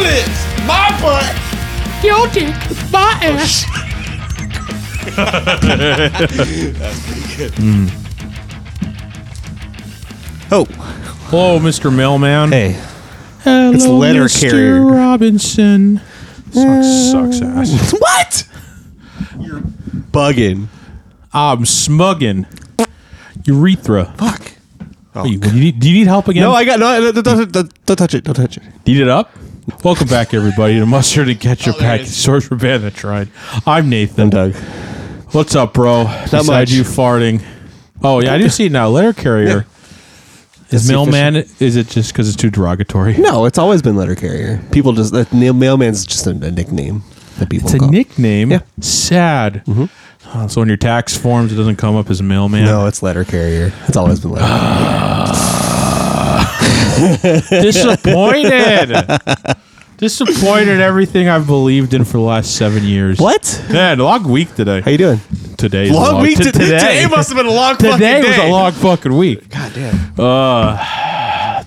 lips, my butt, Your dick, my ass. Oh, Hello, Mr. Mailman. hey. Hello, It's letter Mr. carrier. Robinson. Sucks, sucks ass. What? You're bugging. I'm smugging. Urethra. Fuck. Oh, What you- you need- do you need help again? No, I got no. Don't, don't, don't, don't touch it. Don't touch it. Eat it up. Welcome back, everybody, to Mustard and Ketchup Oh, there it Pack, is. Source for Band that Tried. I'm Nathan. Doug. What's up, bro? Besides much. you farting. Oh, yeah, I do see it now. Letter carrier. Is That's mailman, is it just because it's too derogatory? No, it's always been letter carrier. People just that nail- mailman's just a, a nickname that people. It's a call. nickname. Yeah. Mm-hmm. Sad. Uh, so on your tax forms, it doesn't come up as mailman. No, it's letter carrier. It's always been letter. carrier. Disappointed. Disappointed everything I've believed in for the last seven years. What? Man, long week today. How you doing? Today's long, a week t- to, today. must have been a long fucking today day. was a long fucking week. Uh, God damn.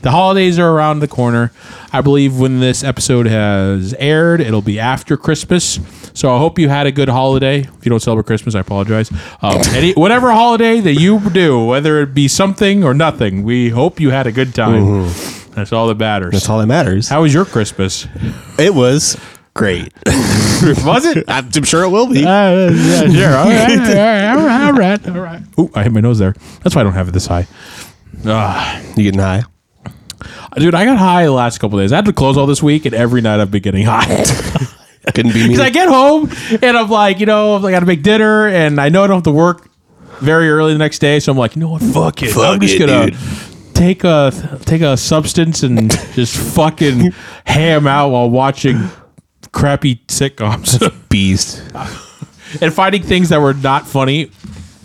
The holidays are around the corner. I believe when this episode has aired, it'll be after Christmas. So I hope you had a good holiday. If you don't celebrate Christmas, I apologize. Um, any, whatever holiday that you do, whether it be something or nothing, we hope you had a good time. Mm-hmm. That's all that matters. That's all that matters. How was your Christmas? It was great. was it? I'm sure it will be. Uh, yeah, sure. All right, all right, all right, all right, all right. Ooh, I hit my nose there. That's why I don't have it this high. Ah. You getting high? Dude, I got high the last couple days. I had to close all this week, and every night I've been getting high. Couldn't be me. Because I get home and I'm like, you know, I got to make dinner and I know I don't have to work very early the next day. So I'm like, you know what? Fuck it. I'm Fuck just it, gonna dude. take a take a substance and just fucking ham out while watching crappy sitcoms beast. and finding things that were not funny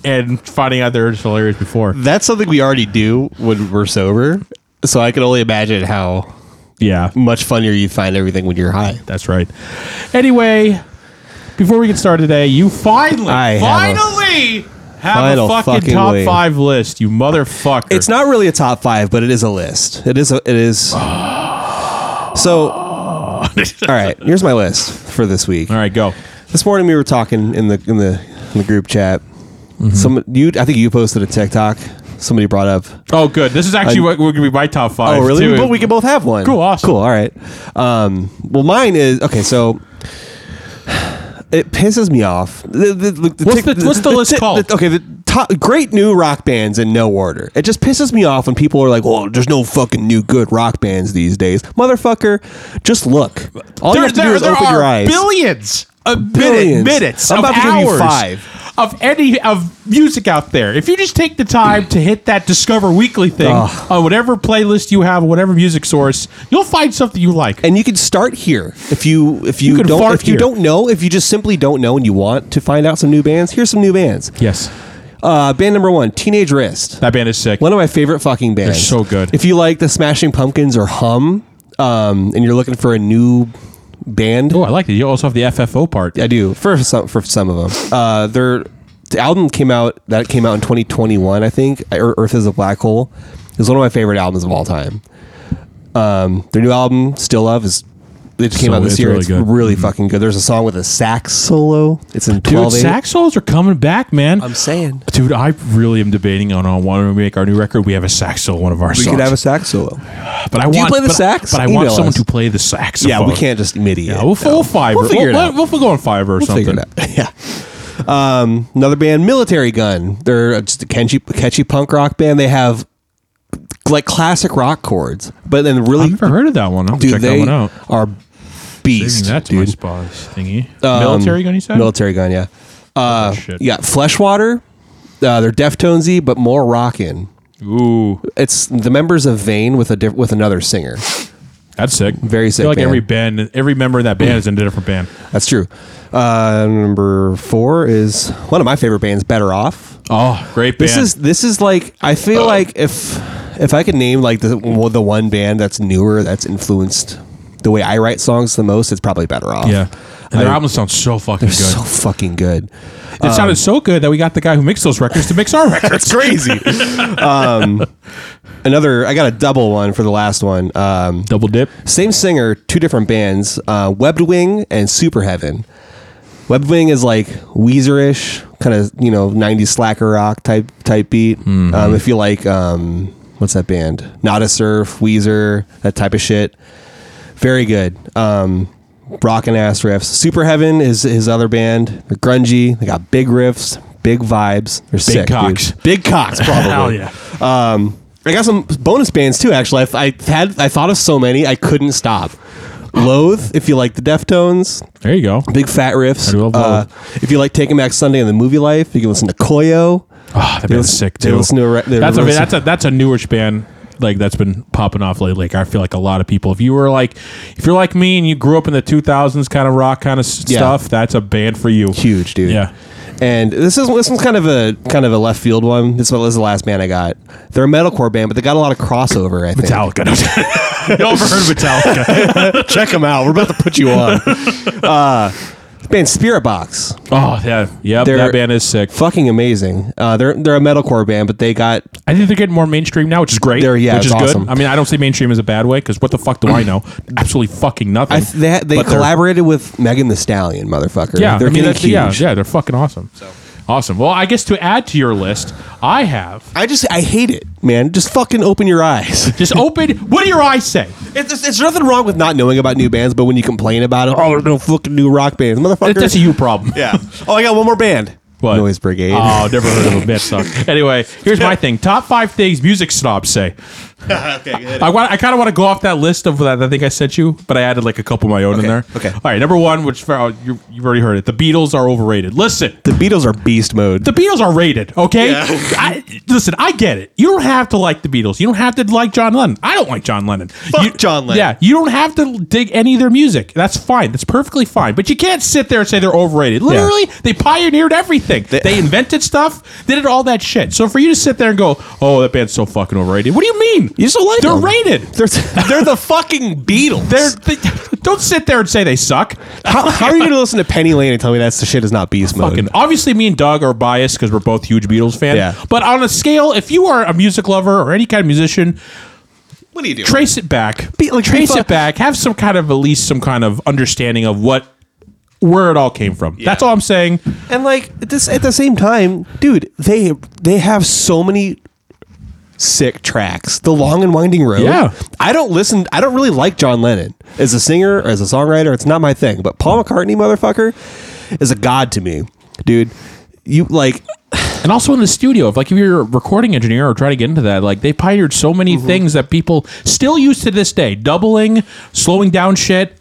and finding out they were just hilarious before. That's something we already do when we're sober. So I can only imagine how Yeah, much funnier you find everything when you're high. that's right. Anyway, before we get started today, you finally, I have a- finally. Have Final a fucking, fucking top way. five list, you motherfucker. It's not really a top five, but it is a list. It is. A, it is. So, all right. Here's my list for this week. All right, go. This morning we were talking in the in the in the group chat. Mm-hmm. Some you, I think you posted a TikTok. Somebody brought up. Oh, good. This is actually what would be my top five. Oh, really? too. But we can both have one. Cool, awesome. Cool. All right. Um, well, mine is okay. So. It pisses me off. The- the- the- the What's tic- the- what's the list tic- called? okay, the top, great new rock bands in no order. It just pisses me off when people are like, "Well, there's no fucking new good rock bands these days, motherfucker." Just look. All you have to do is open your eyes. billions, a minute, Billions. minutes. I'm of about to give you hours five. of any of music out there. If you just take the time to hit that Discover Weekly thing Ugh. on whatever playlist you have, whatever music source, you'll find something you like. and you can start here if you if you, You can don't fart if you here. don't know if you just simply don't know and you want to find out some new bands here's some new bands yes, uh, band number one teenage wrist that band is sick. one of my favorite fucking bands so good. if you like the smashing pumpkins or hum um, and you're looking for a new band oh, I like it. You also have the FFO part. i do for some for some of them uh, their the album came out that came out in 2021 i think Ear- earth is a black hole is one of my favorite albums of all time um, their new album still love is it just came So out this it's year. really it's good. Mm-hmm. really fucking good. There's a song with a sax solo. It's in Dude, twelve eight. sax solos are coming back, man. I'm saying Dude, I really am debating on on why don't we make our new record. We have a sax solo, in one of our we songs. could have a sax solo. But I you want play the but, sax? But I Email want someone us. to play the saxophone. Yeah, we can't just MIDI. Yeah, it, no. we'll, we'll Fiverr. We'll figure it we'll, out. We'll, we'll go on Fiverr or something. figure it out. Yeah. Um, another band, Military Gun. They're just a catchy, catchy punk rock band. They have like classic rock chords, but then really, I've never heard of that one. I'll have to dude, check that they one out. are beast. That's my dude. spaw's thingy. Um, military gun, you said? Military Gun, yeah. Uh, shit. You got Fleshwater. Uh, they're Deftonesy, but more rockin'. Ooh, It's the members of Vane with a diff- with another singer. that's sick. Very I sick feel like band. every band, every member of that band is in a different band. That's true. Uh, number four is one of my favorite bands, Better Off. Oh, great band. Uh, This is this is like I feel like if if I could name like the well, the one band that's newer that's influenced the way I write songs the most, it's probably Better Off. yeah. And their I- album sounds so fucking good. so fucking good. it sounded so good that we got the guy who mixed those records to mix our records. It's crazy. um, another. I got a double one for the last one. Um, Double dip. same singer, two different bands, uh, Webbed Wing and Super Heaven. Webbed Wing is like Weezer-ish, kind of you know '90s slacker rock type type beat. Mm-hmm. Um, if you like, um, what's that band? Not a Surf, Weezer, that type of shit. Very good. Um, rockin' ass riffs. Super Heaven is his other band. They're grungy. They got big riffs, big vibes. They're big sick, dude. cocks. Big cocks, probably. Hell yeah. Um, I got some bonus bands too. Actually, I, I had I thought of so many I couldn't stop. Loathe, if you like the Deftones, There you go. big fat riffs. I love Uh, if you like Taking Back Sunday and the movie life, you can listen to Koyo. Oh, that band's listen- sick they too. listen to a re- they that's a listen- that's a that's a newish band like that's been popping off lately. Like I feel like a lot of people. If you were like, if you're like me and you grew up in the 2000s kind of rock kind of s Yeah. stuff, that's a band for you. Huge dude. Yeah. And this is this one's kind of a kind of a left field one. This, one, this is the last band I got. They're a metalcore band, but they got a lot of crossover. I think. Metallica. you ever heard of Metallica? Check them out. We're about to put you on. uh, band Spirit Box. oh yeah, yeah. They're- That band is sick. fucking amazing. Uh, they're they're a metalcore band, but they got I think they're getting more mainstream now, which is great. They're- yeah, which is it's awesome. good. I mean, I don't say mainstream as a bad way because what the fuck do I know? Absolutely fucking nothing. I th- they they But they're- collaborated with Megan the Stallion, motherfucker. Yeah, they're I mean, getting that's, huge. yeah, yeah, they're fucking awesome. Awesome. Well, I guess to add to your list, I have I just I hate it, man. Just fucking open your eyes. just open. What do your eyes say? It's, it's, it's nothing wrong with not knowing about new bands, but when you complain about it, oh, there's no fucking new rock bands, motherfucker. That's a you problem. yeah. Oh, I got one more band. What? Noise Brigade. Oh, never heard of them. That sucks. Anyway, here's my thing: top five things music snobs say. okay, I want. I kind of want to go off that list of that I think I sent you, but I added like a couple of my own in there. okay. All right. Number one, which for- oh, you, you've already heard it. The Beatles are overrated. Listen. the Beatles are beast mode. The Beatles are rated, okay? I, listen, I get it. You don't have to like the Beatles. You don't have to like John Lennon. I don't like John Lennon. Fuck You- John Lennon. Yeah, you don't have to dig any of their music. That's fine. That's perfectly fine. But you can't sit there and say they're overrated. Literally, they pioneered everything. They, invented stuff. They did all that shit. So for you to sit there and go, "Oh, that band's so fucking overrated," what do you mean? you just don't like they're them. rated. They're, they're the fucking Beatles. They're they, don't sit there and say they suck. how, how are you going to listen to Penny Lane and tell me that the shit is not beast mode? fucking obviously me and Doug are biased because we're both huge Beatles fans. Yeah. But on a scale, if you are a music lover or any kind of musician, what are you doing? trace it back. Be- like, trace be fu- it back. Have some kind of at least some kind of understanding of what where it all came from. That's all I'm saying. And like at this at the same time, dude, they they have so many sick tracks. The long and winding road. Yeah. I don't listen I don't really like John Lennon as a singer or as a songwriter. It's not my thing. But Paul McCartney, motherfucker, is a god to me. Dude, you like And also in the studio, if like if you're a recording engineer or try to get into that, like they pioneered so many Mm-hmm. things that people still use to this day. Doubling, slowing down shit.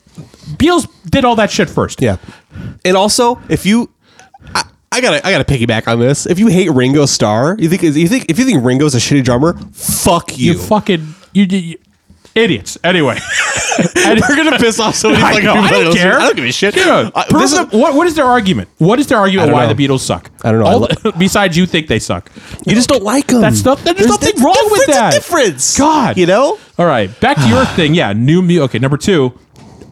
Beatles did all that shit first. Yeah. And also, if you I, I gotta I gotta piggyback on this. If you hate Ringo Starr, you think you think if you think Ringo's a shitty drummer, fuck you. You fucking you, you, you idiots. Anyway. We're gonna piss off so many I, fucking know, I people don't listening. care. I don't give a shit. Yeah. Uh, I- Prove this is- them- what, what is their argument? What is their argument don't why know. the Beatles suck? I don't know. All I lo- the- besides, you think they suck. You just don't like him. That's not- there's nothing wrong with that. Difference. God. you know. All right, back to your thing. Yeah, new mu- Okay, number two,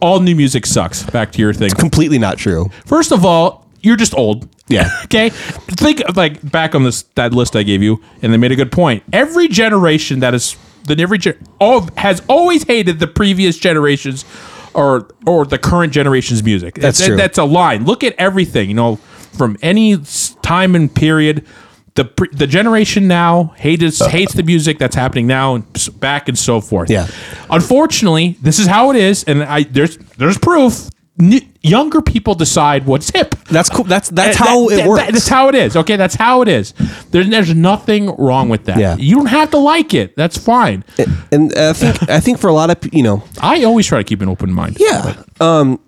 all new music sucks. Back to your thing. completely not true. First of all, you're just old. Yeah. okay. Think of, like back on this that list I gave you, and they made a good point. Every generation that is that every gen- all has always hated the previous generations or or the current generation's music. That's That- true. That's a line. Look at everything. You know, from any s- time and period. The, pre- the generation now hates hates the music that's happening now and s- back and so forth. Uh, Yeah. Unfortunately, this is how it is, and I there's there's proof. N- younger people decide what's hip. That's cool. That's that's That- how Eh, that- it that- works. that's how it is. Okay, that's how it is. There's there's nothing wrong with that. Yeah. You don't have to like it. That's fine. and I think I think for a lot of pe- you know, I always try to keep an open mind. yeah. Um,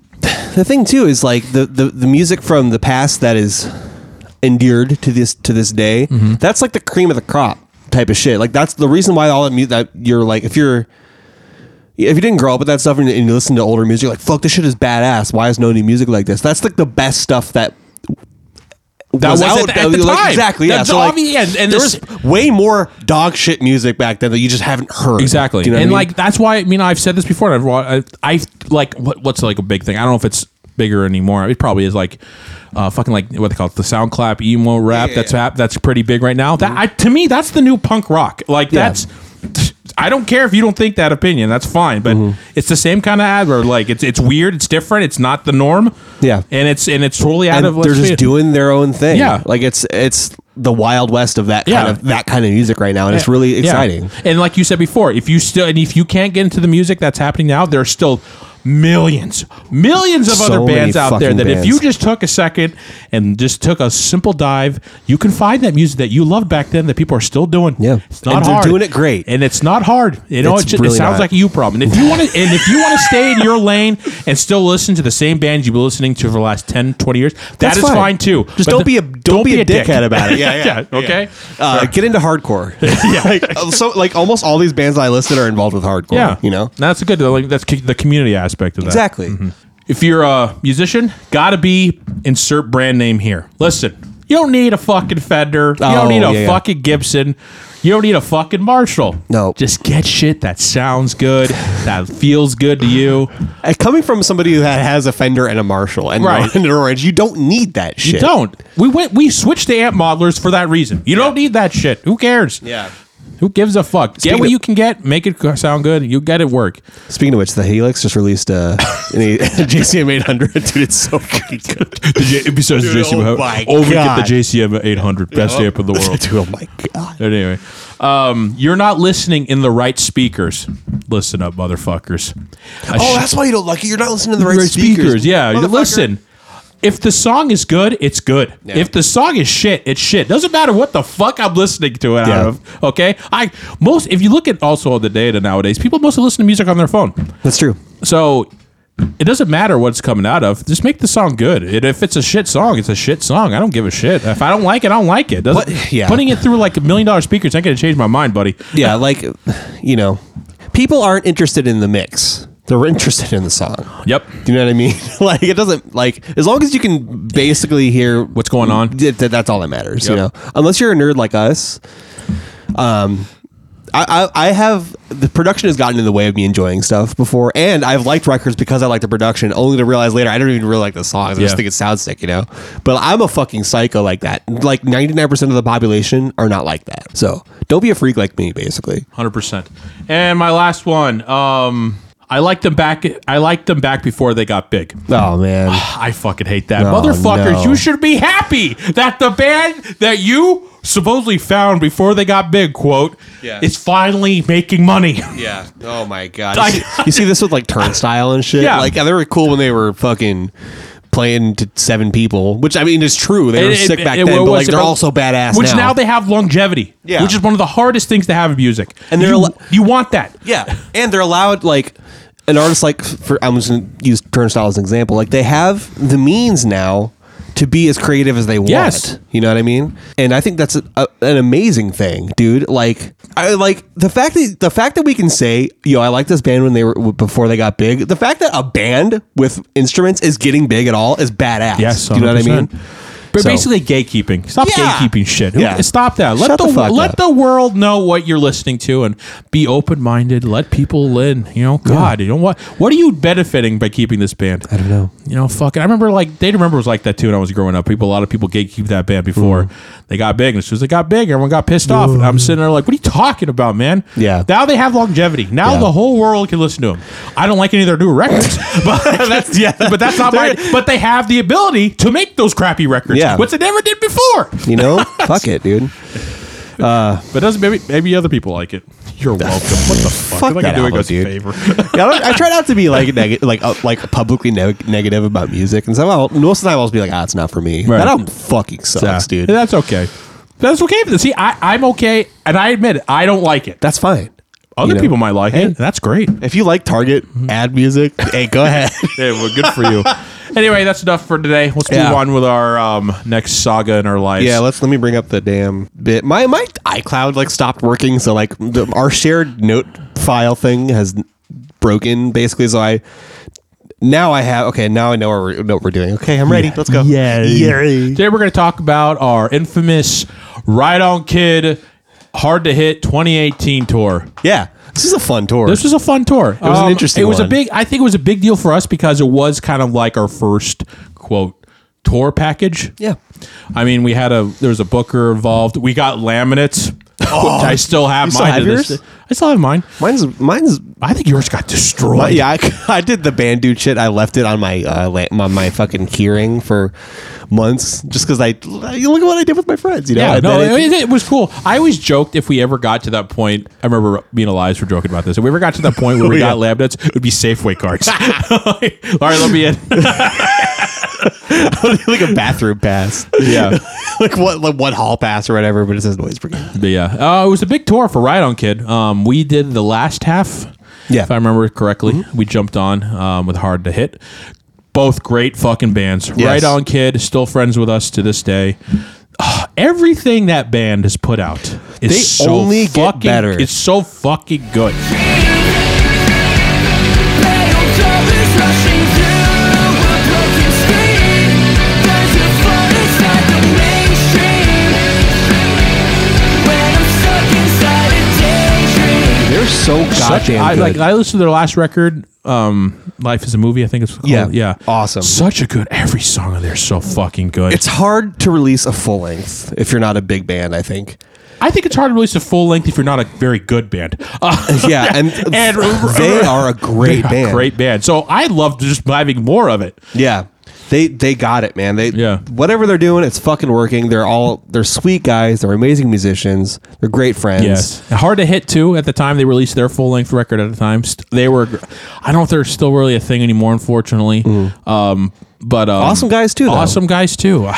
the thing too is like the the the music from the past that is endured to this to this day. Mm-hmm. That's like the cream of the crop type of shit. Like that's the reason why all that music that you're like if you're if you didn't grow up with that stuff and, and you listen to older music, you're like fuck, this shit is badass. Why is no new music like this? That's like the best stuff that That was, out- at the, at that the was, like, time. exactly. Yeah. That's So, like, obvious. yeah, and, and there this- was way more dog shit music back then that you just haven't heard. Exactly. Do you know what and I mean? like that's why I mean I've said this before. And I've wa- I, I like what, what's like a big thing. I don't know if it's bigger anymore. It probably is like uh, fucking like what they call it, the sound clap emo rap. that's hap- that's pretty big right now. That I, to me that's the new punk rock. Like Mm-hmm. Yeah. that's I don't care if you don't think that opinion. That's fine. But Mm-hmm. it's the same kind of ad where like it's it's weird. It's different. It's not the norm. Yeah. and it's and it's totally out and of. let's they're say just it. doing their own thing. Yeah. like it's it's the wild west of that Yeah. kind of that kind of music right now, and it's Yeah. really Yeah. exciting. And like you said before, if you still and if you can't get into the music that's happening now, there's still millions, millions of So other many bands out there fucking that if bands. you just took a second and just took a simple dive, you can find that music that you loved back then that people are still doing. Yeah. it's not And they're hard. doing it great. and it's not hard. You know, It's it's just, really it sounds not. like a you problem. And if you want to, and if you want to stay in your lane and still listen to the same bands you've been listening to for the last 10, 20 years, that That's is fine. fine. too. Just don't be a- don't be a dickhead about it. Yeah, yeah, yeah. okay. Uh, Get into hardcore. yeah, so like almost all these bands I listed are involved with hardcore. Yeah, you know that's a good. Like that's co- the community aspect of that. exactly. If you're a musician, gotta be insert brand name here. Listen, you don't need a fucking Fender. You Oh, don't need a yeah, yeah. fucking Gibson. You don't need a fucking Marshall. No. just get shit that sounds good, that feels good to you. Uh, Coming from somebody that has a Fender and a Marshall and, Right. and an Orange, you don't need that shit. You don't. We went. We switched to amp modelers for that reason. You don't need that shit. Who cares? Yeah. Who gives a fuck? Speaking get what of- you can get. Make it co- sound good. You get it work. Speaking of which, the Helix just released a, a JCM 800. Dude, it's so fucking good. besides Dude, JCM, oh my oh, we God. get the JCM 800, best amp in the world. Dude, oh my god. But anyway, um, you're not listening in the right speakers. Listen up, motherfuckers. A Oh, sh- that's why you don't like it. You're not listening to the right, right speakers. Yeah, Motherfucker. listen. If the song is good, it's good. Yeah. If the song is shit, it's shit. Doesn't matter what the fuck I'm listening to it out Yeah. of. Okay, I most if you look at also all the data nowadays, people mostly listen to music on their phone. That's true. So it doesn't matter what it's coming out of. Just make the song good. And if it's a shit song, it's a shit song. I don't give a shit. If I don't like it, I don't like it. Doesn't- What- yeah. Putting it through like a million dollar speakers ain't gonna change my mind, buddy. Yeah, like you know, people aren't interested in the mix. They're interested in the song. Yep. Do you know what I mean? like it doesn't like as long as you can basically hear What's going on? th- th- that's all that matters. You know, Yep. unless you're a nerd like us. Um, I, I I have the production has gotten in the way of me enjoying stuff before, and I've liked records because I like the production, only to realize later I don't even really like the songs. I Yeah. just think it sounds sick, you know. But I'm a fucking psycho like that. Like 99 percent of the population are not like that. So don't be a freak like me, basically. Hundred percent. And my last one. Um, I liked them back. I liked them back before they got big. Oh man. I fucking hate that. No, Motherfuckers, no. you should be happy that the band that you supposedly found before they got big, quote, Yeah. is finally making money. Yeah. Oh my god. I- you see this with like turnstile and shit. Yeah. Like they were cool when they were fucking playing to seven people, which I mean is true. They were It- it- sick back it- then, it but was like they're about- also badass. Which now. they have longevity. Yeah. Which is one of the hardest things to have in music. And they're you, al- you want that. yeah, and they're allowed like an artist like for I'm just gonna use turnstile as an example. Like they have the means now to be as creative as they want. Yes. You know what I mean? And I think that's a, a, an amazing thing, dude. Like I like the fact that the fact that we can say, yo, I like this band when they were before they got big. The fact that a band with instruments is getting big at all is badass. Yes, Do you know what I mean? 100%. But So- basically, gatekeeping. Stop Yeah. gatekeeping shit. Who- Yeah. Stop that. Let Shut the, the fuck let up. the world know what you're listening to and be open minded. Let people in. You know, God, you know what? What are you benefiting by keeping this band? I don't know. You know, fuck it. I remember like they remember was like that too when I was growing up. People, a lot of people gatekeep that band Mm-hmm. before they got big. And as soon as they got big, everyone got pissed off. And I'm sitting there like, what are you talking about, man? Yeah. Now they have longevity. Now Yeah. the whole world can listen to them. I don't like any of their new records, but that's yeah. But that's not my. But they have the ability to make those crappy records, Yeah. which they never did before. You know? Fuck it, dude. But doesn't maybe maybe other people like it? You're welcome. What the fuck? Fuck Like, that you're doing album, us a dude. favor. yeah, I, don't, I try not to be like neg- like uh, like publicly neg negative about music, and somehow most of the time I'll just be like, ah, it's not for me. Right. That album fucking sucks, Yeah. dude. That's okay. That's okay. See, I, I'm okay, and I admit it. I don't like it. That's fine. Other You know? people might like Hey. it. That's great. If you like Target ad music, hey, go ahead. Hey, well, good for you. anyway, that's enough for today. Let's Yeah. move on with our um, next saga in our lives. yeah, let's let me bring up the damn bit. My my iCloud like stopped working, so like the, our shared note file thing has broken basically. So I now I have okay. Now I know what we're, what we're doing. Okay, I'm ready. Let's go. Yay. Yay. Today we're going to talk about our infamous Ride On Kid Hard to Hit 2018 tour. Yeah, this is a fun tour. This was a fun tour. It was an interesting It was a one. big. I think it was a big deal for us because it was kind of like our first quote tour package. yeah. I mean, we had a there was a booker involved. We got laminates. which I still have Oh. You still mine. have to this yours? day. I still have mine. Mine's mine's I think yours got destroyed. But Uh, yeah, I, I did the Bandude shit. I left it on my uh, la- my, my fucking keyring for months just because I you look at what I did with my friends. You know, Yeah, And no, then it- it, it was cool. I always joked if we ever got to that point. I remember being alive for joking about this. If we ever got to that point Oh, where we got lab notes, it would be Safeway cards. All right, let me in. like a bathroom pass. Yeah. like what like one hall pass or whatever. But it says noise brigade. But yeah, uh, it was a big tour for Ride On Kid. Um, we did the last half, Yeah. Mm-hmm. if I remember correctly. We jumped on um, with Hard to Hit. Both great fucking bands. Ride On Kid still friends with us to this day. Ah, Everything that band has put out is They so only get fucking, better. It's so fucking good. They're so Such, goddamn I, good. like I listened to their last record, um, "Life Is a Movie." I think it's called. Yeah. yeah, Awesome. Such a good. Every song of theirs so fucking good. it's hard to release a full length if you're not a big band. I think. I think it's hard to release a full length if you're not a very good band. Uh, Yeah, and, And- they are a great Yeah, band. Great band. So I love just having more of it. Yeah. They they got it, man. They Yeah. whatever they're doing, it's fucking working. They're all they're sweet guys, they're amazing musicians, they're great friends. And Hard to hit too. At the time they released their full length record. At the time St- they were, I don't know if they're still really a thing anymore. Unfortunately, um, but um, Mm. Awesome guys, too, though. Awesome guys too.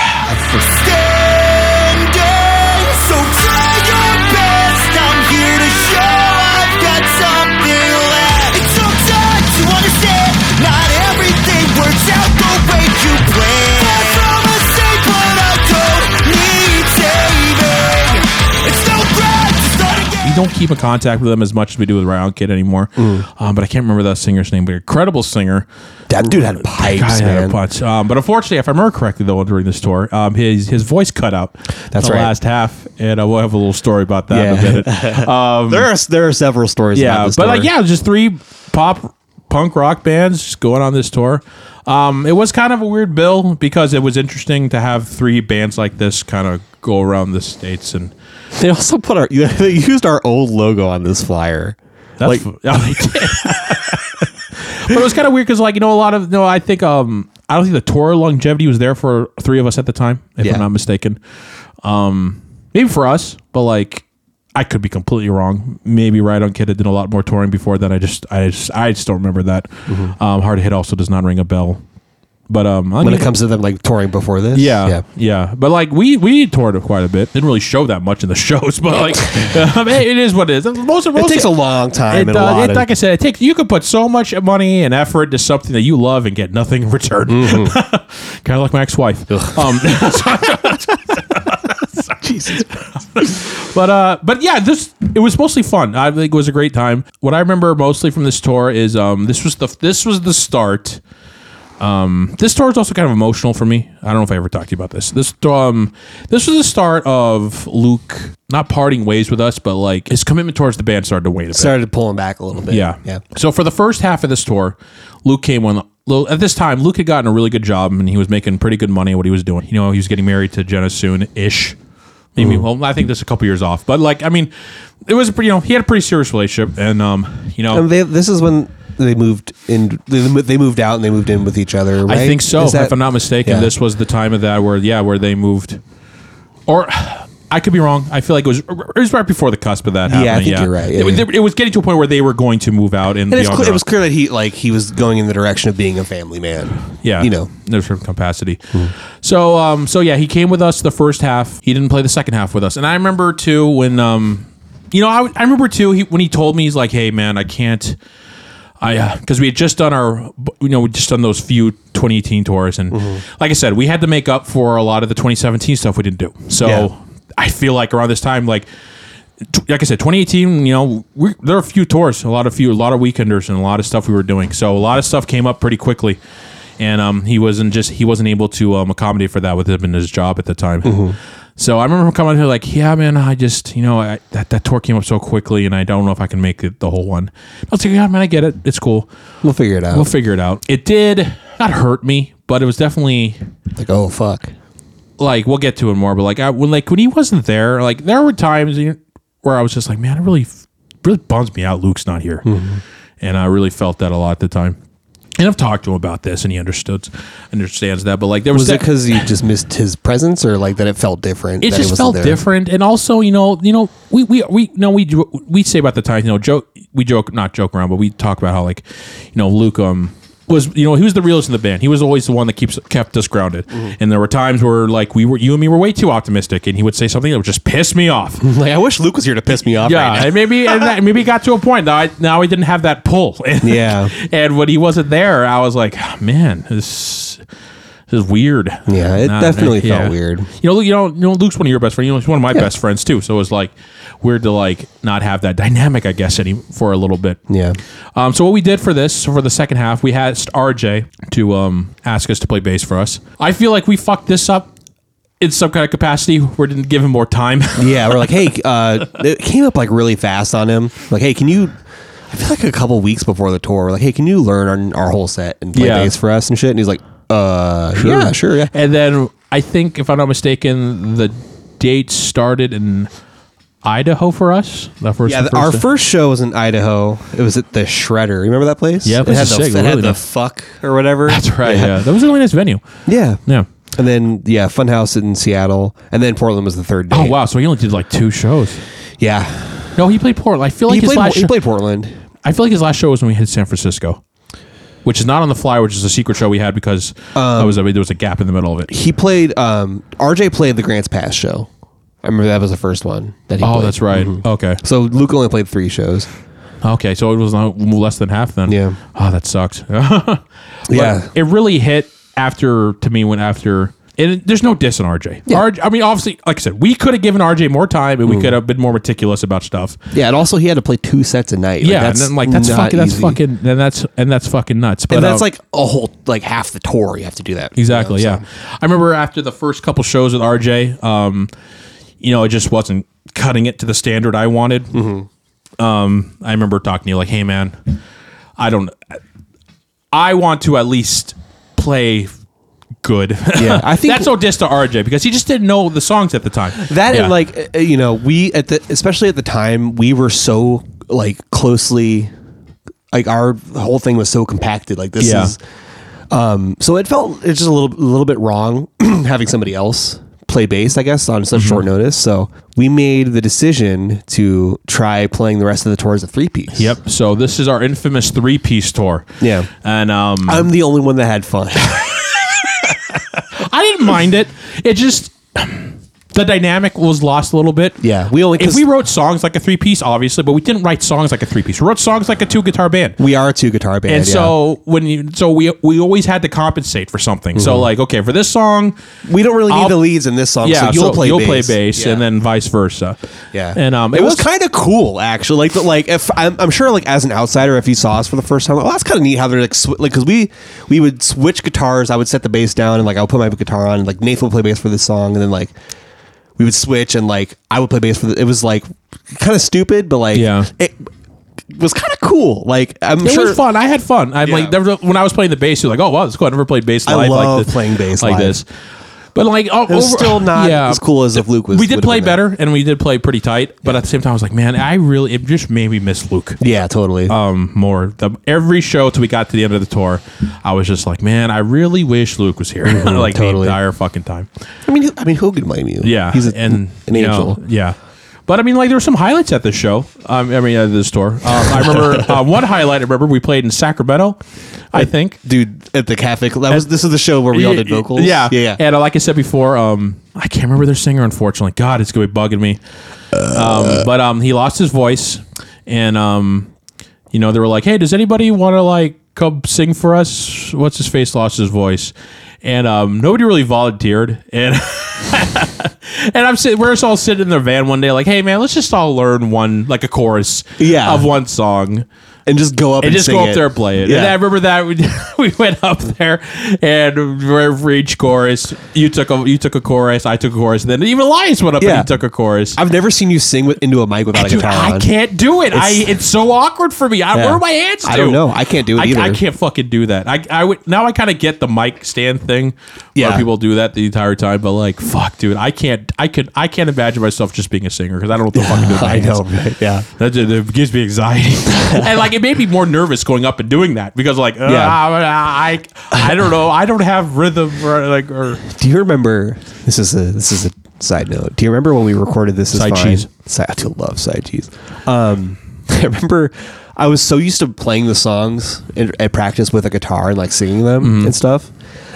We don't keep in contact with them as much as we do with Round Kid anymore. Mm. Um, but I can't remember that singer's name. But incredible singer. That dude had pipes, God, I had a man. punch. Um, but unfortunately, if I remember correctly, though, during this tour, um, his his voice cut out. That's the right. Last half, and I will have a little story about that in a Yeah. minute. There are there are several stories. yeah, about but this tour. like yeah, it was just three pop punk rock bands just going on this tour. Um, it was kind of a weird bill because it was interesting to have three bands like this kind of go around the states and they also put our they used our old logo on this flyer. Like- That's like, yeah, they did. but it was kind of weird because, like, you know, a lot of no, I think um, I don't think the tour longevity was there for three of us at the time, if Yeah. I'm not mistaken. Um, maybe for us, but like, I could be completely wrong. Maybe Right on Kid had did a lot more touring before that. I just, I just, I just don't remember that. Um, Hard to Hit also does not ring a bell, but um, I Mm-hmm. When mean- it comes to them like touring before this, yeah, yeah, But like we we toured quite a bit. Didn't really show that much in the shows, but like um, it is what it is. Most of it most takes a long time. it, and a does. lot It- of, like I said, it takes. You can put so much money and effort into something that you love and get nothing in return. Mm-hmm. kind of like my ex-wife. Um, Jesus. but uh, but yeah, this it was mostly fun. I think it was a great time. What I remember mostly from this tour is um, this was the this was the start. Um, this tour is also kind of emotional for me. I don't know if I ever talked to you about this. This um, this was the start of Luke not parting ways with us, but like his commitment towards the band started to wane a bit. started pulling back a little bit. Yeah. yeah. So for the first half of this tour, Luke came on. Lu- At this time, Luke had gotten a really good job and he was making pretty good money at what he was doing. You know, he was getting married to Jenna soon ish. Maybe, well, I think that's a couple years off. But, like, I mean, it was, a pretty, you know, he had a pretty serious relationship. And, um, you know, And they, this is when they moved in. They, they moved out and they moved in with each other. Right? I think so. Is that- if I'm not mistaken, yeah. this was the time of that where yeah, where they moved, or I could be wrong. I feel like it was it was right before the cusp of that. Yeah, I Happening. think you're right. Yeah, it, was- yeah. it was getting to a point where they were going to move out and, And be it's on clear, it their was own. clear that he like he was going in the direction of being a family man. yeah, you know. Mm-hmm. in a certain capacity. So, um, so yeah, he came with us the first half. He didn't play the second half with us, and I remember too when, um, you know, I, I remember too he, when he told me he's like, "Hey, man, I can't." I because we had just done our you know we just done those few 2018 tours and like I said we had to make up for a lot of the 2017 stuff we didn't do so Yeah. I feel like around this time like tw- like I said 2018 you know we, there were a few tours a lot of few a lot of weekenders and a lot of stuff we were doing so a lot of stuff came up pretty quickly and um he wasn't just he wasn't able to um, accommodate for that with him and his job at the time so I remember him coming here like, yeah, man, I just, you know, I, that, that tour came up so quickly and I don't know if I can make it the whole one. I was like, yeah, man, I get it. It's cool. We'll figure it out. We'll figure it out. It did not hurt me, but it was definitely like oh fuck. like, we'll get to it more, but like, I, when, like, when he wasn't there, like, there were times, you know, where I was just like, man, it really, really bums me out. Luke's not here, and I really felt that a lot at the time. And I've talked to him about this, and he understood, understands that. But like, there was, Was it that- because you just missed his presence, or like that it felt different? it that just wasn't felt there? different, and also you know, you know, we we we no, we jo- we say about the times, you know, joke, we joke, not joke around, but we talk about how like, you know, Luke um was you know he was the realist in the band. He was always the one that keeps kept us grounded. Mm-hmm. And there were times where like we were you and me were way too optimistic, and he would say something that would just piss me off. Like I wish Luke was here to piss me off. yeah, right and maybe and that, maybe it got to a point that I now I didn't have that pull. Yeah. and when he wasn't there, I was like, "Ah, man, this. This is weird. Yeah, it Nah, definitely yeah. felt weird. You know, Lu- you know, you know, Luke's one of your best friends. You know, he's one of my best friends too. So it was like weird to like not have that dynamic, I guess, any for a little bit. Yeah. Um, so what we did for this for the second half, we asked RJ to um, ask us to play bass for us. I feel like we fucked this up in some kind of capacity. We didn't give him more time. Yeah, we're like, hey, uh, it came up like really fast on him. Like, hey, can you? I feel like a couple weeks before the tour, we're like, hey, can you learn our, our whole set and play Yeah. bass for us and shit? And he's like, uh, yeah, sure, yeah. And then I think, if I'm not mistaken, the date started in Idaho for us. The first, Yeah, the th- our day. first show was in Idaho. It was at the Shredder. Remember that place? Yeah, it place had is the, sick. it had Really the nice. fuck or whatever. That's right. Yeah. Yeah. that was a really nice venue. Yeah. Yeah. and then yeah, Funhouse in Seattle, and then Portland was the third day. Oh wow! So he only did like two shows. Yeah, No, he played Portland. I feel like he his played. last. He show- played Portland. I feel like his last show was when we hit San Francisco, which is not on the fly, which is a secret show we had because I was I mean, there was a gap in the middle of it. He played. Um, RJ played the Grants Pass show. I remember that was the first one that he. Oh, played. Mm-hmm. that's right. Okay, So Luke only played three shows. okay. So it was not less than half then. Yeah. Oh, that sucked. But Yeah. It really hit after to me when after. And there's no diss on RJ. RJ. I mean, obviously, like I said, we could have given RJ more time, Mm. and we could have been more meticulous about stuff. Yeah, and also he had to play two sets a night. yeah, and then like that's not fucking, that's easy. fucking, and that's and that's fucking nuts. But And uh, that's like a whole like half the tour. You have to do that. Exactly. You know, yeah. I remember after the first couple shows with RJ, um, you know, it just wasn't cutting it to the standard I wanted. Mm-hmm. Um, I remember talking to you like, "Hey, man, I don't. I want to at least play." Good. Yeah, I think- that's no diss to RJ because he just didn't know the songs at the time. so. that Yeah. and like uh, you know we at the especially at the time we were so like closely like our whole thing was so compacted. Like this Yeah. is um so it felt it's just a little a little bit wrong having somebody else play bass I guess on Mm-hmm. such short notice. So we made the decision to try playing the rest of the tour as a three piece. Yep. So this is our infamous three-piece tour. Yeah. And um, I'm the only one that had fun. I didn't mind it. It just the dynamic was lost a little bit. Yeah, we only- if we wrote songs like a three piece, obviously, but we didn't write songs like a three piece. We wrote songs like a two guitar band. we are a two guitar band. And yeah. so when you so we we always had to compensate for something. So like okay for this song, Mm-hmm. We don't really need I'll- the leads in this song. yeah, so you'll so play you'll bass. play bass Yeah. and then vice versa. yeah, and um it, was, kind of cool actually. Like, the, like if I'm, I'm sure, like as an outsider, if you saw us for the first time, like, well, that's kind of neat how they're like, sw- like because we we would switch guitars. I would set the bass down and like I would put my guitar on. And, like Nathan would play bass for this song, and then like we would switch and like I would play bass for. The, it was like kind of stupid, but like Yeah. it was kind of cool. Like I'm it sure was fun. I had fun. I'm like Yeah. never, when I was playing the bass, you're like, oh wow, that's cool. I never played bass I live. love like this, playing bass like live. this. But like, oh, It was still not as cool as if Luke was. we did would've play been there. better and we did play pretty tight, but at the same time, I was like, man, I really it just made me miss Luke Yeah, totally. um more. The, every show till we got to the end of the tour, I was just like, man, I really wish Luke was here, like Mm-hmm, totally. the entire fucking time. I mean, who- I mean, who could blame you? Yeah, he's a, and an you know, angel. yeah. But I mean, like there were some highlights at this show. Um, I mean, at this tour, um, I remember uh, one highlight. I remember we played in Sacramento, I think. dude at the cafe. That was this is the show where we all did Yeah, vocals. Yeah, yeah, yeah. And uh, like I said before, um, I can't remember their singer. Unfortunately, God, it's gonna be bugging me. Um, but um, he lost his voice, and um, you know they were like, "Hey, does anybody want to like come sing for us?" What's his face lost his voice, and um, nobody really volunteered, and. And I'm sitting, we're just all sitting in their van one day, like, hey man, let's just all learn one, like a chorus Yeah. of one song. and just go up and, and just sing go up it. there and play it. Yeah. And I remember that we, we went up there and for for each chorus, you took a you took a chorus, I took a chorus, and then even Elias went up Yeah. and he took a chorus. I've never seen you sing with, into a mic without a Dude, guitar I on. can't do it. I it's so awkward for me. I, Yeah. Where are my hands? I don't to? know. I can't do it I, either. I can't fucking do that. I, I would now. I kind of get the mic stand thing. Yeah, Yeah. people do that the entire time. But like, fuck, dude, I can't. I could. I can't imagine myself just being a singer because I don't know what the fuck to do. with my I know, hands. right? Yeah. That, ju- that gives me anxiety, and like it made me more nervous going up and doing that because like uh, Yeah. I, I I don't know I don't have rhythm or like or Do you remember? This is a this is a side note. Do you remember when we recorded this? Is Side Fine? cheese. Side, I do love side cheese. Um, I remember I was so used to playing the songs in, at practice with a guitar and like singing them and stuff.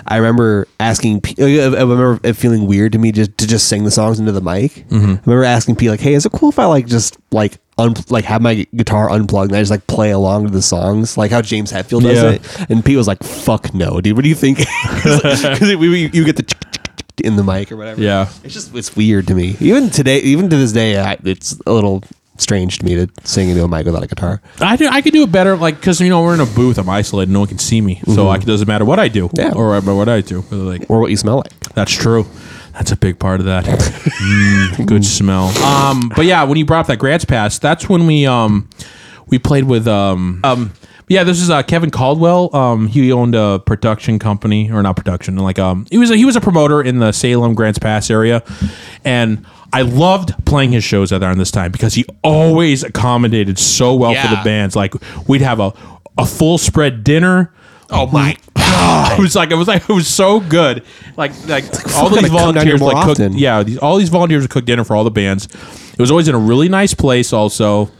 I remember asking. P- I I remember it feeling weird to me just to just sing the songs into the mic. I remember asking P like, "Hey, is it cool if I like just like un- like have my guitar unplugged and I just like play along to the songs like how James Hetfield does Yeah. it?" And P was like, "Fuck no, dude. What do you think?" Because we, we you get the in the mic or whatever. Yeah. It's just it's weird to me. Even today, even to this day, I, it's a little strange to me to sing into a mic without a guitar. I do, I could do it better, like because you know we're in a booth, I'm isolated, no one can see me, so like it doesn't matter what I do Yeah. or uh, what I do. Like Or what you smell like. that's true, that's a big part of that. Mm, good smell. Um, but yeah, when you brought up that Grants Pass, that's when we um we played with um um yeah this is uh, Kevin Caldwell. Um, he owned a production company or not production, like um he was a, he was a promoter in the Salem Grants Pass area, and. I loved playing his shows out there on this time because he always accommodated so well for the Yeah. bands. Like we'd have a, a full spread dinner. Oh my Oh, it was like it was like it was so good. Like like all gotta these come down here volunteers more like cooked, often. yeah, these, all these volunteers would cook dinner for all the bands. It was always in a really nice place, also,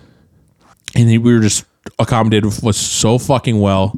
and we were just accommodated was so fucking well.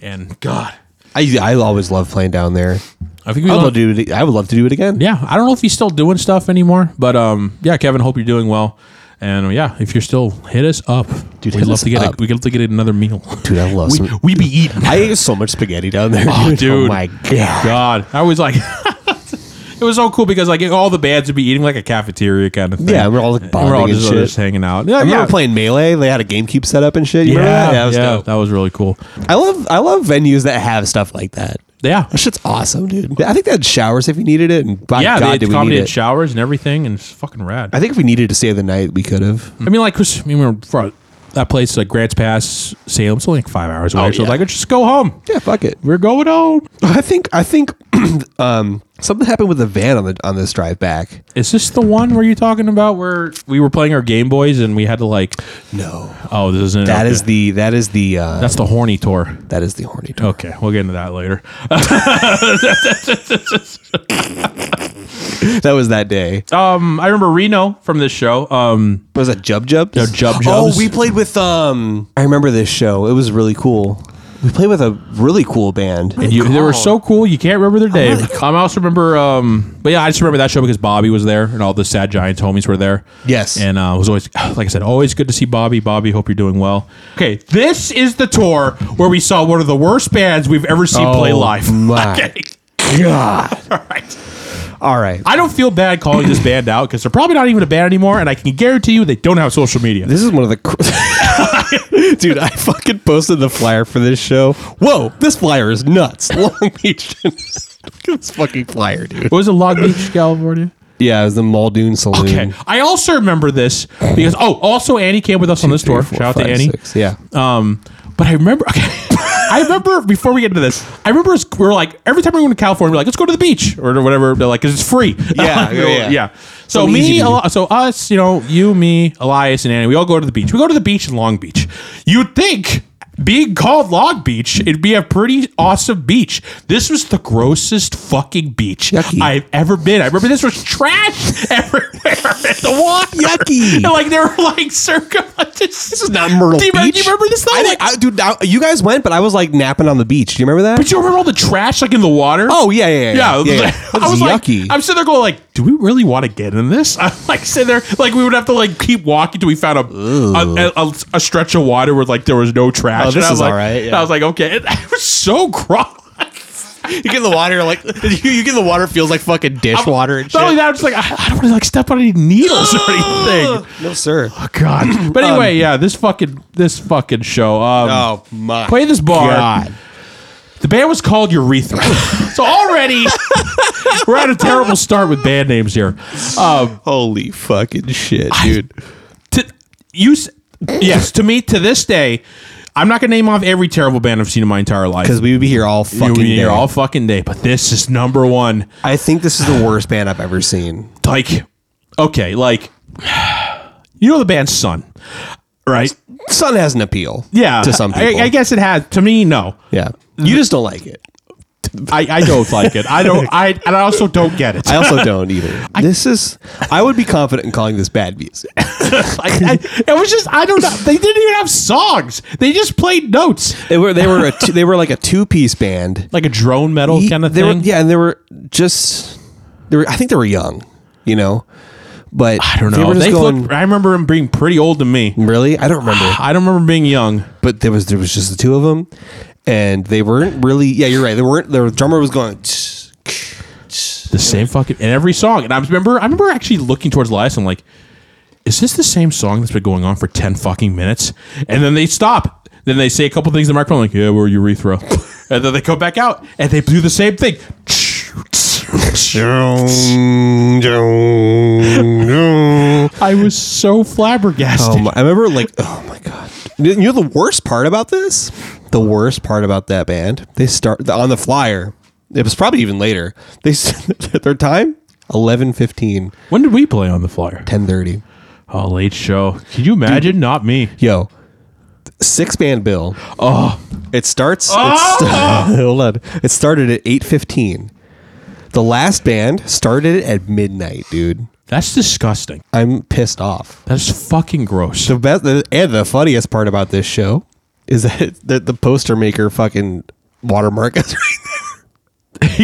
And God, I I always love playing down there. I think we I would all love to do it. I would love to do it again. yeah, I don't know if he's still doing stuff anymore, but um, yeah, Kevin, hope you're doing well. And yeah, if you're still, hit us up. Dude, we'd hit love us to get a, up. we'd love to get another meal. Dude, I love we, some- we be eating. I ate so much spaghetti down there. Oh, dude. dude. Oh my god. God. I was like, it was so cool because like all the bands would be eating like a cafeteria kind of thing. Yeah, we're all, like, And bonding and just, shit. just hanging out. Yeah, I remember yeah. playing melee. They had a GameCube setup and shit. You Yeah, remember that? yeah, it was dope. that was really cool. I love I love venues that have stuff like that. Yeah, That shit's awesome, dude. I think they had showers if you needed it, and by yeah, God, they did we need accommodated it. showers and everything, and it's fucking rad. I think if we needed to stay the night, we could have. I mean, like, 'cause, I mean, we're from that place, like Grants Pass, Salem. It's only like five hours away. Oh, So yeah. like, let's just go home. Yeah, fuck it. We're going home. I think I think um, something happened with the van on the on this drive back. Is this the one where you're talking about where we were playing our Game Boys and we had to like? No, Oh, this isn't. that okay. is the that is the uh, that's the horny tour. that is the horny. Dog. Okay, we'll get into that later. That was that day. Oh. Um, I remember Reno from this show. Um, Was that Jub Jubs? No, Jub Oh, Jubs. we played with um. I remember this show. It was really cool. We played with a really cool band. and you, they were so cool. You can't remember their name. Um, I also remember. Um, but yeah, I just remember that show because Bobby was there and all the Sad Giants homies were there. Yes. and uh, it was always like I said, always good to see Bobby. Bobby, hope you're doing well. Okay, this is the tour where we saw one of the worst bands we've ever seen play Oh, live. my. Okay. God. All right. All right. I don't feel bad calling this band out because they're probably not even a band anymore, and I can guarantee you they don't have social media. This is one of the. Cr- Dude, I fucking posted the flyer for this show. Whoa, this flyer is nuts. Long Beach. this fucking flyer, dude. It was a Long Beach, California. Yeah, it was the Muldoon Saloon. Okay. I also remember this because oh, also Annie came with us on this Three, tour. four, Shout out to five, Annie. six. Yeah. Um, but I remember. Okay, I remember before we get into this. I remember us- we were like every time we went to California, we are like let's go to the beach or whatever. They're like, 'cause it's free. Yeah, Like, yeah, yeah. So, So easy me, to do. Eli- so us, you know, you, me, Elias, and Annie, we all go to the beach. We go to the beach in Long Beach. You'd think. Being called Long Beach, it'd be a pretty awesome beach. This was the grossest fucking beach Yucky. I've ever been. I remember this was trash everywhere in the water. Yucky. And, like they were like circa. This is not Myrtle do you, Beach. Remember, do you remember this though? I, Like, I, dude, I- you guys went, but I was like napping on the beach. Do you remember that? but you remember all the trash like in the water? oh yeah, yeah, yeah. yeah. yeah, I That was was like, yucky. I'm sitting there going like, do we really want to get in this? I'm like sitting there like we would have to like keep walking till we found a a, a, a stretch of water where like there was no trash. Oh, this I was is like, all right, and yeah. I was like, okay, it, was so gross. you get in the water like you, you get in the water it feels like fucking dishwater and Not only shit. that, I'm just like, I, I don't want to like step on any needles or anything. No, sir. Oh, God. But anyway, Um, yeah, this fucking this fucking show. Um, Oh my! Play this bar. God. The band was called Urethra. so already we're at a terrible start with band names here. Um, Holy fucking shit, dude! to, you, s- yes, to me, to this day, I'm not gonna name off every terrible band I've seen in my entire life. Because we would be here all fucking You're day. all fucking day, but this is number one. I think this is the worst band I've ever seen. Like, okay, like, you know the band Sun, right? Sun has an appeal. Yeah, To some people. I, I guess it has. To me, no. Yeah. You just don't like it. I, I don't like it. I don't. I and I also don't get it. I also don't either. this is. I would be confident in calling this bad music. I, I, it was just I don't know. They didn't even have songs. They just played notes, They were. They were. A two, they were like a two-piece band. like a drone metal Ye- kind of they were- thing. yeah, and they were just. They were. I think they were young. You know. But I don't know. They were just They going. looked- I remember them being pretty old to me. really, I don't remember. I don't remember being young. but there was there was just the two of them, and they weren't really. Yeah, you're right. They weren't. Their drummer was going. "Tch, tch, tch." The same fucking in every song. And I remember I remember actually looking towards the last and like, is this the same song that's been going on for ten fucking minutes? And then they stop. Then they say a couple things in the microphone, like, yeah, we're urethra. and then they come back out and they do the same thing. I was so flabbergasted. Um, I remember like, oh my god! You know the worst part about this? The worst part about that band? They start on the flyer. It was probably even later. They s- their time 11, 15, when did we play on the flyer? 10, 30. Oh, late show. Can you imagine? Not me. Yo, six band bill. Oh, it starts. Oh. It's, hold on. It started at eight fifteen. The last band started at midnight, dude. That's disgusting. I'm pissed off. That's fucking gross. The best and the funniest part about this show is that it- that the poster maker fucking watermark is right there.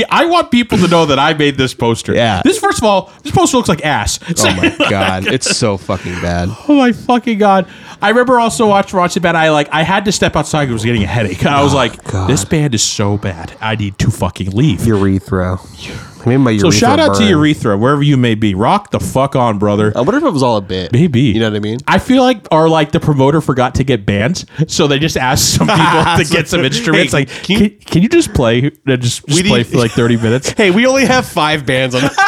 I want people to know that I made this poster. Yeah. This first of all, this poster looks like ass. Oh my god, it's so fucking bad. Oh my fucking god! I remember also watching Ratchet Band. I like I had to step outside. 'cause I was getting a headache. I was like, Oh God. this band is so bad. I need to fucking leave. Urethra. I mean, my so urethra shout out to burn. Urethra, wherever you may be. Rock the fuck on, brother. I wonder if it was all a bit. Maybe You know what I mean? I feel like, or like the promoter forgot to get bands, so they just asked some people to get some instruments. Hey, like, can can you- you, can you just play? uh, Just, just We play need- for like thirty minutes. Hey, we only have five bands on.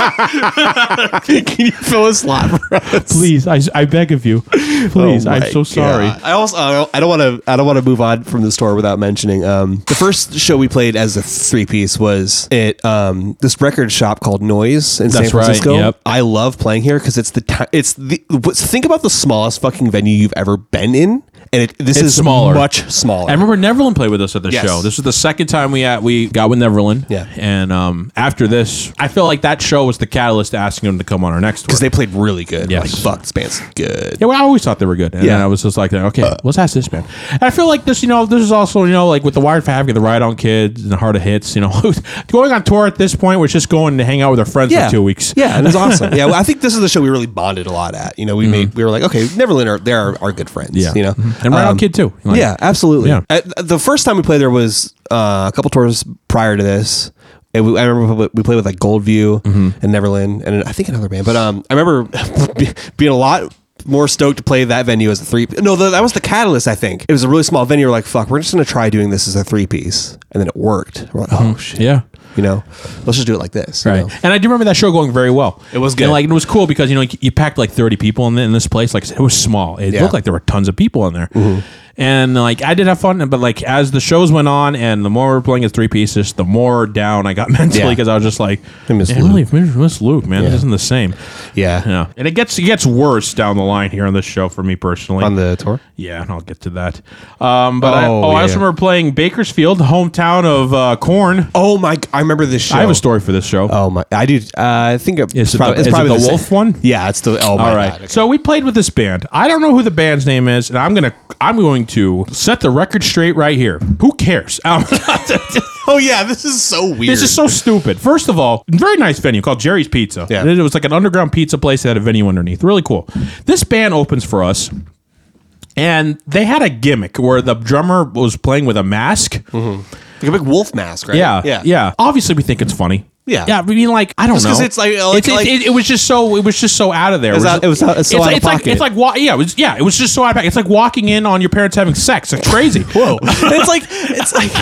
Can you fill a slot for us? Please, I, I beg of you. Please, Oh I'm my so sorry. God. I also I don't- I don't want to I don't want to move on from the store without mentioning um, the first show we played as a three piece was at um, this record shop called Noise in San That's right, Francisco. yep. I love playing here because it's the ti- it's the what's- think about the smallest fucking venue you've ever been in, and it this It's is smaller. much smaller. I remember Neverland played with us at the Yes. show. This was the second time we at, we got with Neverland. Yeah. And um, after this, I feel like that show was the catalyst to asking them to come on our next tour. because they played really good. Yes. Like fuck, this band's good. yeah, well, I always thought they were good. And Yeah. Uh, then I was just like, okay, let's ask this band. And I feel like this, you know, this is also, you know, like with the Wired Fabric, the Ride On Kids, and the Heart of Hits, you know, going on tour at this point was just going to hang out with our friends Yeah, for two weeks. Yeah, it was awesome. yeah, well, I think this is the show we really bonded a lot at. You know, we made we were like, okay, Neverland are they are our good friends. Mm-hmm. Yeah. you Mm-hmm. know, And Ride On Um, Kid, too. Like, yeah, absolutely. Yeah. Uh, the first time we played there was uh, a couple tours prior to this. And we, I remember we- we played with like Goldview Mm-hmm. and Neverland, and I think another band. But um, I remember be- being a lot more stoked to play that venue as a three. No, the, that was the catalyst. I think it was a really small venue. We're like, fuck, we're just gonna try doing this as a three piece, and then it worked. We're like, oh shit, Yeah. you know, let's just do it like this. you know? Mm-hmm. Right. And I do remember that show going very well. It was good. And like it was cool because you know you packed like 30 people in, the, in this place. Like I said, it was small. Yeah. It Mm-hmm. looked like there were tons of people in there. And like I did have fun, but like as the shows went on and the more we were playing as three pieces, the more down I got mentally Yeah. because I was just like, I miss "Man, I really miss, miss Luke, man. This Yeah. isn't the same. Yeah. Yeah. And it gets it gets worse down the line here on this show for me personally. On the tour, yeah, and I'll get to that. Um, but I, Oh, oh, I also yeah. remember playing Bakersfield, the hometown of uh, Corn. oh my! I remember this show. I have a story for this show. Oh my! I do. Uh, I think it's, Is it prob- the- is it the same- wolf one? Yeah, it's the. Oh my All right. God. So we played with this band. I don't know who the band's name is, and I'm gonna I'm going to set the record straight right here. Who cares? Um, Oh yeah, this is so weird. this is so stupid. First of all, very nice venue called Jerry's Pizza. Yeah. It was like an underground pizza place that had a venue underneath. Really cool. This band opens for us. And they had a gimmick where the drummer was playing with a mask. Like a big wolf mask, right? Yeah, Yeah. yeah. Obviously, we think it's funny. Yeah. yeah. I mean, like I don't Just know, 'cause it's like- like- It's- it- like- it, it was just so it was just so out of there. It was was out- it was out- it's so out like, of it's like pocket. it's like wa- yeah, it was yeah, it was just so out of pocket. It's like walking in on your parents having sex. Like crazy. Whoa. it's like it's like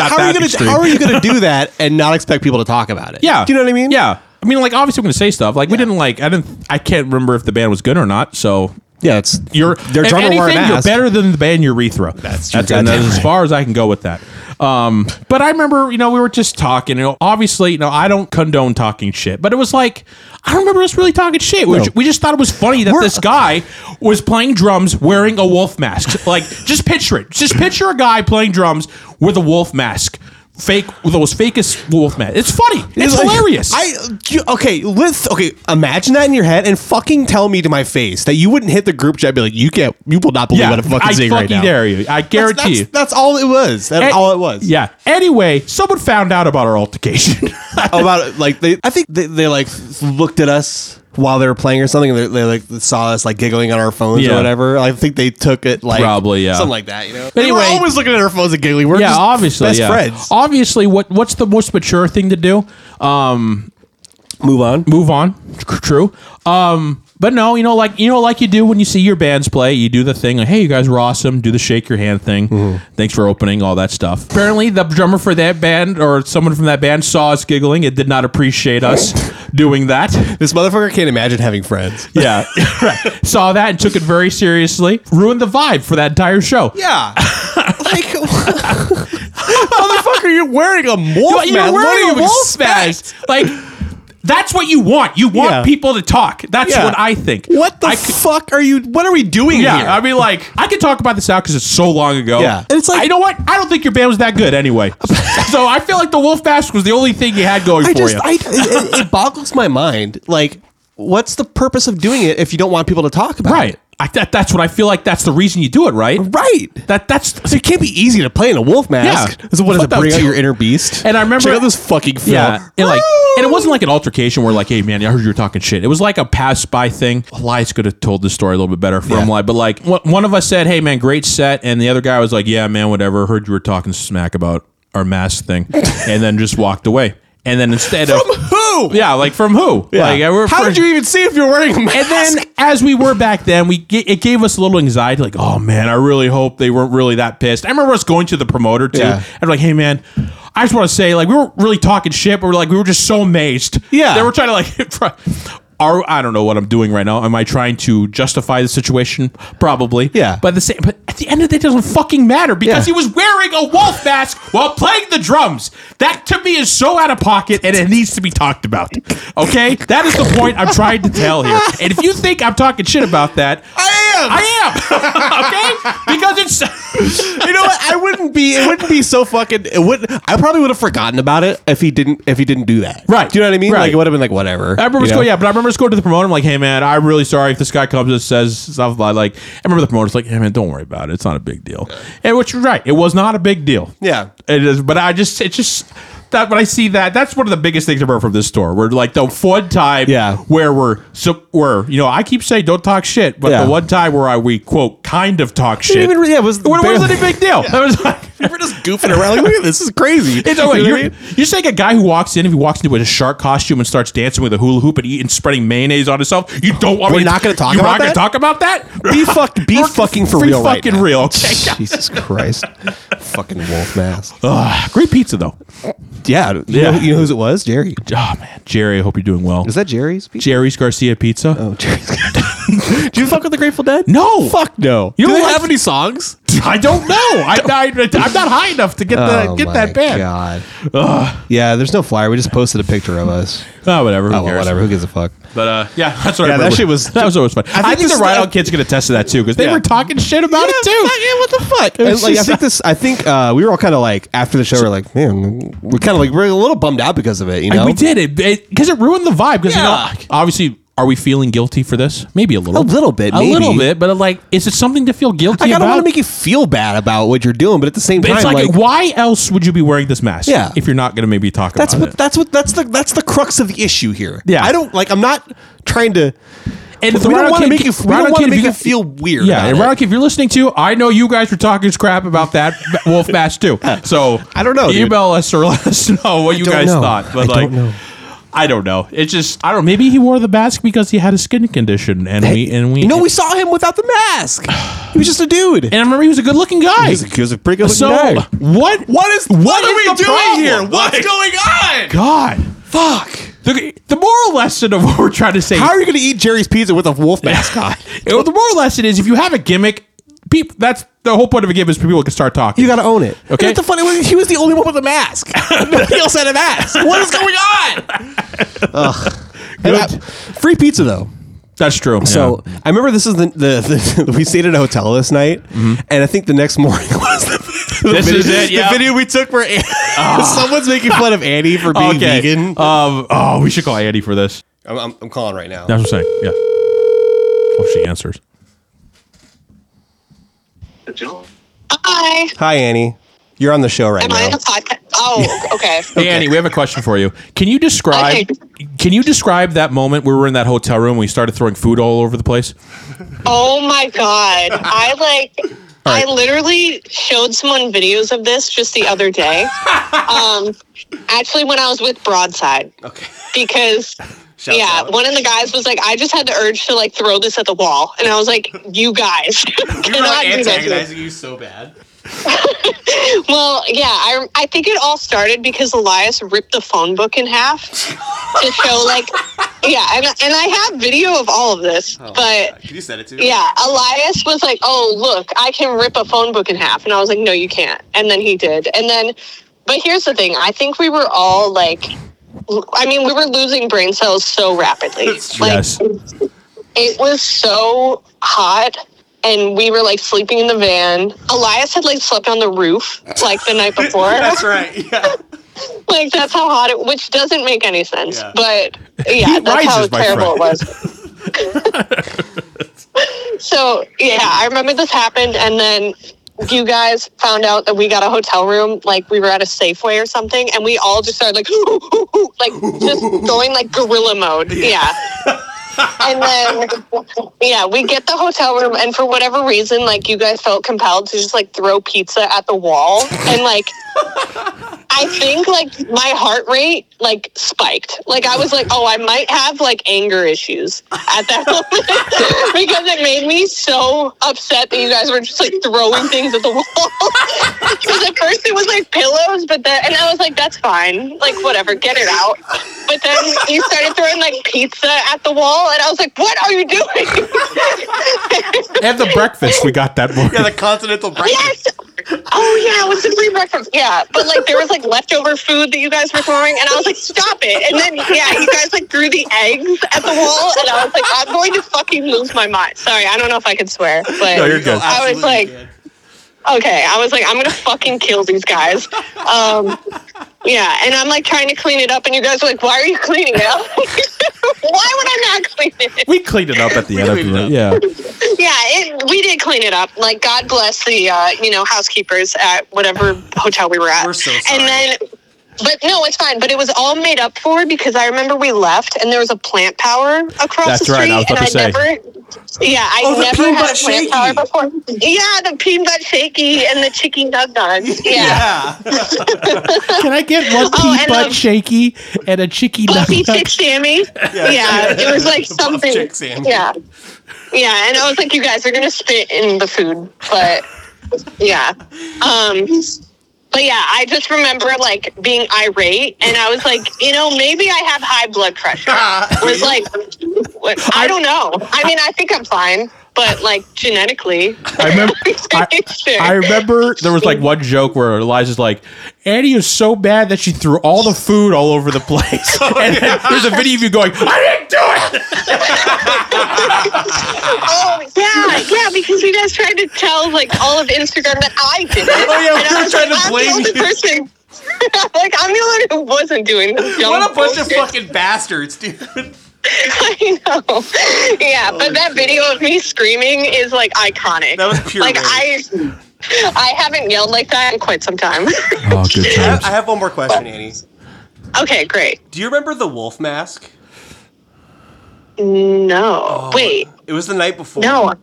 how, how are that you gonna extreme. how are you gonna do that and not expect people to talk about it? Yeah. Do you know what I mean? Yeah. I mean, like obviously, I'm gonna say stuff. Like we didn't like. I didn't. I can't remember if the band was good or not. So Yeah, it's you're their if drummer wore a anything, you're mask. better than the band urethra. That's true. and Goddamn that's as far as I can go with that. Um, but I remember, you know, we were just talking. You know, obviously, you know, I don't condone talking shit, but it was like I don't remember us really talking shit. We, ju- we just thought it was funny that this guy was playing drums wearing a wolf mask. like, just picture it. Just picture a guy playing drums with a wolf mask. Fake those fakest wolf mask. It's funny. It's, like- hilarious. I you- okay, let's okay. Imagine that in your head and fucking tell me to my face that you wouldn't hit the group chat. and Be like, you can't, you will not believe what I'm fucking I seeing fucking right now. dare you. I That's- guarantee that's, you. That's all it was. That's An- all it was. Yeah. Anyway, someone found out about our altercation. About like they, I think they, they like looked at us while they were playing or something. And they, they like saw us like giggling on our phones or Yeah. whatever. I think they took it like Probably, yeah. something like that. You know. But They were anyway- always looking at our phones and giggling. We're yeah, just obviously. best yeah. friends. Obviously, what what's the most mature thing to do? Um, Move on. move on. Tr- True. Um, but no, you know, like you know, like you do when you see your bands play, you do the thing. Like, hey, you guys were awesome. Do the shake your hand thing. Thanks for opening all that stuff. Apparently, the drummer for that band or someone from that band saw us giggling. It did not appreciate us doing that. This motherfucker can't imagine having friends. Yeah, right. Saw that and took it very seriously. Ruined the vibe for that entire show. Yeah. like, motherfucker, you're wearing a wolf But you're wearing a wolf mask. Like, that's what you want. You want Yeah. people to talk. That's Yeah. what I think. What the I could- fuck are you? What are we doing Yeah, here? I mean, like, I could talk about this out because it's so long ago. Yeah. And it's like- I- you know what? I don't think your band was that good anyway. so I feel like the Wolf Mask was the only thing you had going I for just, you. I, it, it- it boggles my mind. Like, what's the purpose of doing it if you don't want people to talk about right. it? I, that, that's what I feel like. That's the reason you do it, right? Right. That that's So it can't be easy to play in a wolf mask. Yeah. So what is Fuck it? Bring that- out your inner beast. And I remember- check out this fucking film. Yeah, and like, and it wasn't like an altercation where like, hey man, I heard you were talking shit. It was like a pass by thing. Elias could have told this story a little bit better from Yeah. like, but like one- one of us said, hey man, great set, and the other guy was like, yeah man, whatever. Heard you were talking smack about our mask thing, and then just walked away. And then instead of who? yeah, like from who? Yeah. Like, I were- How for- did you even see if you're wearing a mask? and then, as we were back then, we ga- it gave us a little anxiety. Like, oh man, I really hope they weren't really that pissed. I remember us going to the promoter too, Yeah. and we're like, hey man, I just want to say, like, we weren't really talking shit, but we're like, we were just so amazed. Yeah. they were trying to like. try- Are, I don't know what I'm doing right now. Am I trying to justify the situation? Probably. Yeah. But the same. But at the end of the day, it doesn't fucking matter because Yeah. he was wearing a wolf mask while playing the drums. That to me is so out of pocket, and it needs to be talked about. Okay, that is the point I'm trying to tell here. And if you think I'm talking shit about that, I am. I am. okay, because it's you know what? I wouldn't be. It wouldn't be so fucking. It would. I probably would have forgotten about it if he didn't. If he didn't do that. Right. Do you know what I mean? Right. Like it would have been like whatever. I remember you just know? going, yeah, but I remember just going to the promoter. I'm like, hey man, I'm really sorry if this guy comes and says stuff like, like I remember the promoter's like, hey man, don't worry about it. It's not a big deal. And which you're right, it was not a big deal. Yeah. it is. But I just, it just that when I see that, that's one of the biggest things I remember from this store. Where like the one time, Yeah. where we're so where you know I keep saying don't talk shit, but Yeah. the one time where I we quote kind of talk shit, even really- yeah, it was it wasn't a barely- big deal. It was like. We We're just goofing around. Like, look at this. this is crazy. It's You know okay. what I You're, mean? you're saying a guy who walks in, if he walks into a shark costume and starts dancing with a hula hoop and eating, spreading mayonnaise on himself, you don't want We're me not gonna talk You're about not going that? to talk about that. Be fuck. Be We're fucking for be real. fucking right real. Now. Okay. Jesus Christ. fucking wolf mask. Ugh, great pizza though. Yeah. You yeah. Know, Yeah. you know whose it was? Jerry. Oh man, Jerry, I hope you're doing well. Is that Jerry's? Pizza? Jerry's Garcia Pizza? oh, Jerry's. do you fuck with the Grateful Dead? No. Fuck no. You do don't they like- have any songs? I don't know. I, I, I'm not high enough to get the, Oh Uh, get my that band. God. Yeah. There's no flyer. We just posted a picture of us. Oh, whatever. Who Oh, well, cares? whatever. Who gives a fuck? But uh, yeah, that's what Yeah, I that remember. shit was- that was always fun. I think, this the is- Ride Out kids can attest to that too because they Yeah. were talking shit about it too. what the fuck? was like, I just- think this. I think uh, we were all kind of like after the show. We're like, man, we're kind of like we're a little bummed out because of it. You know, We did it because it, ruined the vibe. Because Yeah. you know, obviously, are we feeling guilty for this? Maybe a little, A little bit, a little maybe. bit. But like, is it something to feel I guilty kind of about? want to make you feel bad about what you're doing, but at the same But time, it's like, like, why else would you be wearing this mask? Yeah. if you're not going to maybe talk that's about what that's what that's the that's the crux of the issue here. Yeah. I don't like. I'm not trying to. And we don't want to make you. We don't want to make you feel. feel weird. Yeah, and about it. Rocky, if you're listening to, I know you guys were talking crap about that Wolf match too. So I don't know, dude. Email us or let us know what you don't guys know. thought. But I like, don't know. I don't know. It's just I don't. know. Maybe he wore the mask because he had a skin condition, and we and we. You know, we saw him without the mask. He was just a dude. and I remember he was a good-looking guy. He's a- he was a pretty good so guy. what? What is what, What are is we the doing problem? here? What's Like- going on? God, Fuck. the, the moral lesson of what we're trying to say. How are you going to eat Jerry's pizza with a wolf mascot? the moral lesson is if you have a gimmick, people. That's the whole point of a gimmick is people can start talking. you got to own it. Okay. What the funny was he was the only one with a mask. Nobody else had a mask. What is going on? Ugh. Free pizza though. that's true. So I remember this is the, the, the we stayed at a hotel this night, and I think the next morning was the, the Mm-hmm. This video, is it, the yeah. Ah. video we took where Ann- someone's making fun of Annie for being okay. vegan. Um. Oh, we should call Andy for this. I'm, I'm, I'm calling right now. That's what I'm saying. Yeah. Oh, she answers. Hi. Hi Annie, you're on the show right Am I in now. a podcast? Oh, okay. Hey, Annie, we have a question for you. Can you describe? Can you describe that moment where we were in that hotel room? and We started throwing food all over the place. Oh my god. I like I literally showed someone videos of this just the other day. Um actually when I was with Broadside. Okay. Because yeah, one of the guys was like, I just had the urge to like throw this at the wall. And I was like, You guys cannot do that. to me." you so bad. Well, yeah, I, I think it all started because Elias ripped the phone book in half to show, like, yeah, and, and I have video of all of this, but Can you send it to me? yeah, Elias was like, oh, look, I can rip a phone book in half. And I was like, no, you can't. And then he did. And then, but here's the thing I think we were all like, l- I mean, we were losing brain cells so rapidly. Like, yes. it was so hot and we were like sleeping in the van. Elias had like slept on the roof like the night before. That's right. Yeah. like that's how hot it which doesn't make any sense. Yeah. But yeah, that's how rises, my terrible friend. it was. so yeah, I remember this happened and then you guys found out that we got a hotel room, like we were at a Safeway or something, and we all just started like, like just going like gorilla mode. yeah and then yeah, we get the hotel room, and for whatever reason, like you guys felt compelled to just like throw pizza at the wall, and like I think like my heart rate like spiked. Like I was like, oh, I might have like anger issues at that moment because it made me so upset that you guys were just like throwing things at the wall. Because at first it was like pillows, but then and I was like, that's fine, like whatever, get it out. But then you started throwing like pizza at the wall, and I was like, what are you doing? At the breakfast, we got that morning. Yeah, the continental breakfast. Yes. Oh yeah, it was the free breakfast. Yeah, but like there was like leftover food that you guys were throwing, and I was like, stop it. And then yeah, you guys like threw the eggs at the wall, and I was like, I'm going to fucking lose my mind. Sorry, I don't know if I can swear, but No, you're good. I was like, okay, I was like, I'm gonna fucking kill these guys. Um, yeah, and I'm like trying to clean it up, and you guys are like, why are you cleaning it up? why would I not clean it? we cleaned it up at the end of cleaned the it up. yeah. Yeah, it, we did clean it up. Like God bless the uh, you know housekeepers at whatever hotel we were at. We're so sorry. And then, but no, it's fine. But it was all made up for because I remember we left and there was a plant power across That's the right, street, I was about and to I say. never. Yeah, I Oh, the never peanut had a plant shaky. power before. Yeah, the peanut shaky and the chicken nug nugs. yeah. Yeah. Can I get one Oh, and butt a- shaky and a chicky Buffy Chick Sammy. Yeah. it was like The Buff something. Chick Sammy. Yeah, yeah, and I was like, you guys are gonna spit in the food, but yeah, um, but yeah, I just remember like being irate, and I was like, you know, maybe I have high blood pressure. It was like, what- I don't know. I mean, I think I'm fine, but like genetically, I remember. I, Sure. I remember there was like one joke where Eliza's like, Annie is so bad that she threw all the food all over the place. and then there's a video of you going, I didn't do it. Oh yeah, yeah, because you guys tried to tell like all of Instagram that I did it. Oh, yeah, And we I were was trying to I'm blame the only you. person. like I'm the only one who wasn't doing this. dumb What a bunch of bullshit. fucking bastards, dude. I know. Yeah, but that video of me screaming is like iconic. That was pure like rage. I, I haven't yelled like that in quite some time. Oh, good I have, I have one more question, Annie. okay, great. Do you remember the wolf mask? No. Oh. Wait. It was the night before. No.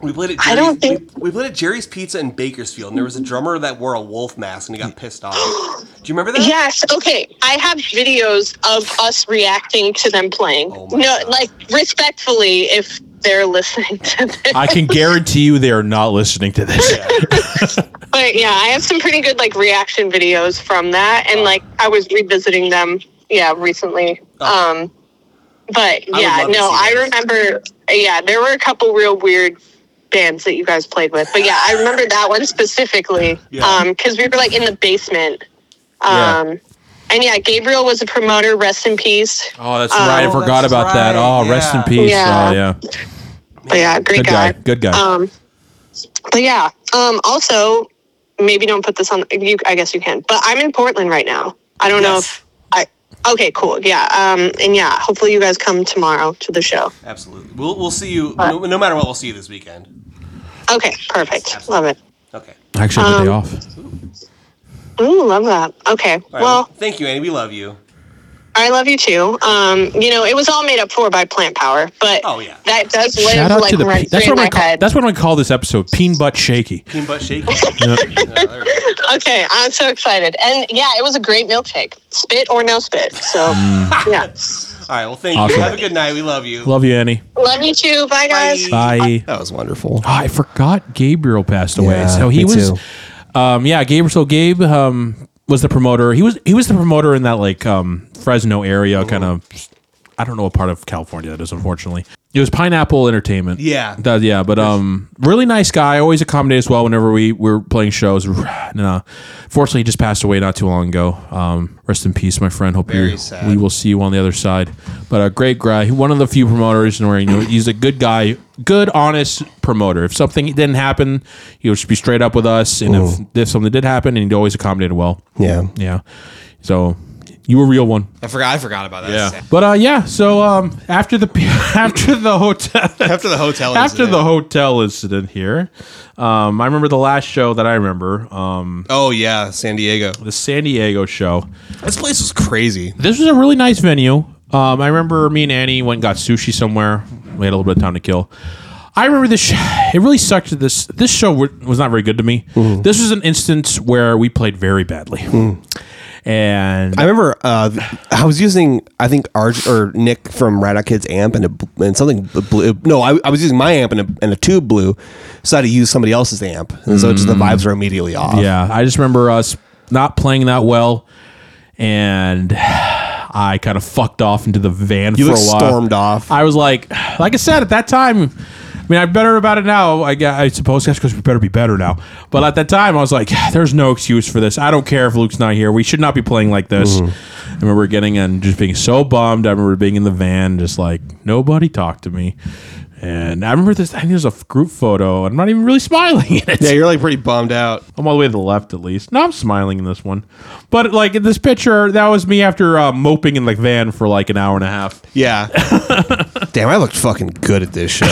We played at I Jerry's, don't think- we, we played at Jerry's Pizza in Bakersfield, and there was a drummer that wore a wolf mask, and he got pissed off. Do you remember that? Yes. Okay. I have videos of us reacting to them playing. Oh my no, God. like respectfully, if they're listening to this. I can guarantee you they are not listening to this. But yeah, I have some pretty good like reaction videos from that, and like I was revisiting them, yeah, recently. Oh. Um, but would yeah, love to no, see I those. remember. Yeah, there were a couple real weird bands that you guys played with, but yeah, I remember that one specifically Yeah. because we were like in the basement. Um, And yeah, Gabriel was a promoter. Rest in peace. Oh, that's Oh, right. I that's forgot about that. Oh, right, rest in yeah. peace. Yeah. Oh, yeah. But yeah, great Good guy. Good guy. Um, but yeah, um, also maybe don't put this on. You, I guess you can. But I'm in Portland right now. I don't know Yes. if I. Okay, cool. Yeah. Um, and yeah, hopefully you guys come tomorrow to the show. Absolutely. We'll, we'll see you, no, no matter what, we'll see you this weekend. Okay, perfect. Love it. Okay. I Actually, have a day off. Ooh, love that. Okay. All right, Well, thank you, Annie. We love you. I love you too. Um, you know, it was all made up for by plant power, but Oh, yeah. that does live Shout out like to the. pe- rent That's free in what, my I call, head. that's what I call this episode. Peen butt shaky. Peanut butt shake. Yeah, there we go. Okay, I'm so excited. And yeah, it was a great milkshake. Spit or no spit. So Mm. yeah. All right. Well, thank Awesome. you. Have a good night. We love you. Love you, Annie. Love you too. Bye guys. Bye. that was wonderful. Oh, I forgot Gabriel passed away. Yeah, so he me was, too. um, yeah, Gabriel. So Gabe um, was the promoter. He was he was the promoter in that like um, Fresno area, kind of. I don't know what part of California that is. Unfortunately, it was Pineapple Entertainment. Yeah. That- yeah. But um, really nice guy. Always accommodated us well whenever we were playing shows. no, fortunately, he just passed away not too long ago. Um, rest in peace, my friend. Hope Very you, sad. we will see you on the other side. But a great guy, one of the few promoters, and where you know he's a good guy, good honest promoter. If something didn't happen, he would just be straight up with us, and if, if something did happen, and he'd always accommodate it well. Yeah. Yeah, so you were a real one. I forgot. I forgot about that. But uh, yeah. So um, after the after the hotel After the hotel. after incident. the hotel incident here, um, I remember the last show that I remember, um, Oh yeah, San Diego. the San Diego show. This place was crazy. This was a really nice venue. Um, I remember me and Annie went and got sushi somewhere. We had a little bit of time to kill. I remember this. Sh- it really sucked. that This this show w- was not very good to me. This was an instance where we played very badly, and I remember uh, th- I was using I think our or Nick from Rad Out Kids amp and a, bl- and something b- blew. No, I, I was using my amp and a, and a tube blew, so I had to use somebody else's amp, and so just the Mm. vibes were immediately off. yeah, I just remember us not playing that well, and I kind of fucked off into the van you for like a while. stormed off. I was like, like I said at that time. I mean, I'm better about it now. I, gue- I suppose that's because we better be better now. But at that time, I was like, "There's no excuse for this. I don't care if Luke's not here. We should not be playing like this." Mm-hmm. I remember getting and just being so bummed. I remember being in the van, just like nobody talked to me. And I remember this. I think there's a f- group photo. I'm not even really smiling in it. Yeah, you're like pretty bummed out. I'm all the way to the left, at least. No, I'm smiling in this one. But like in this picture, that was me after uh, moping in the van for like an hour and a half. Yeah. Damn, I looked fucking good at this show.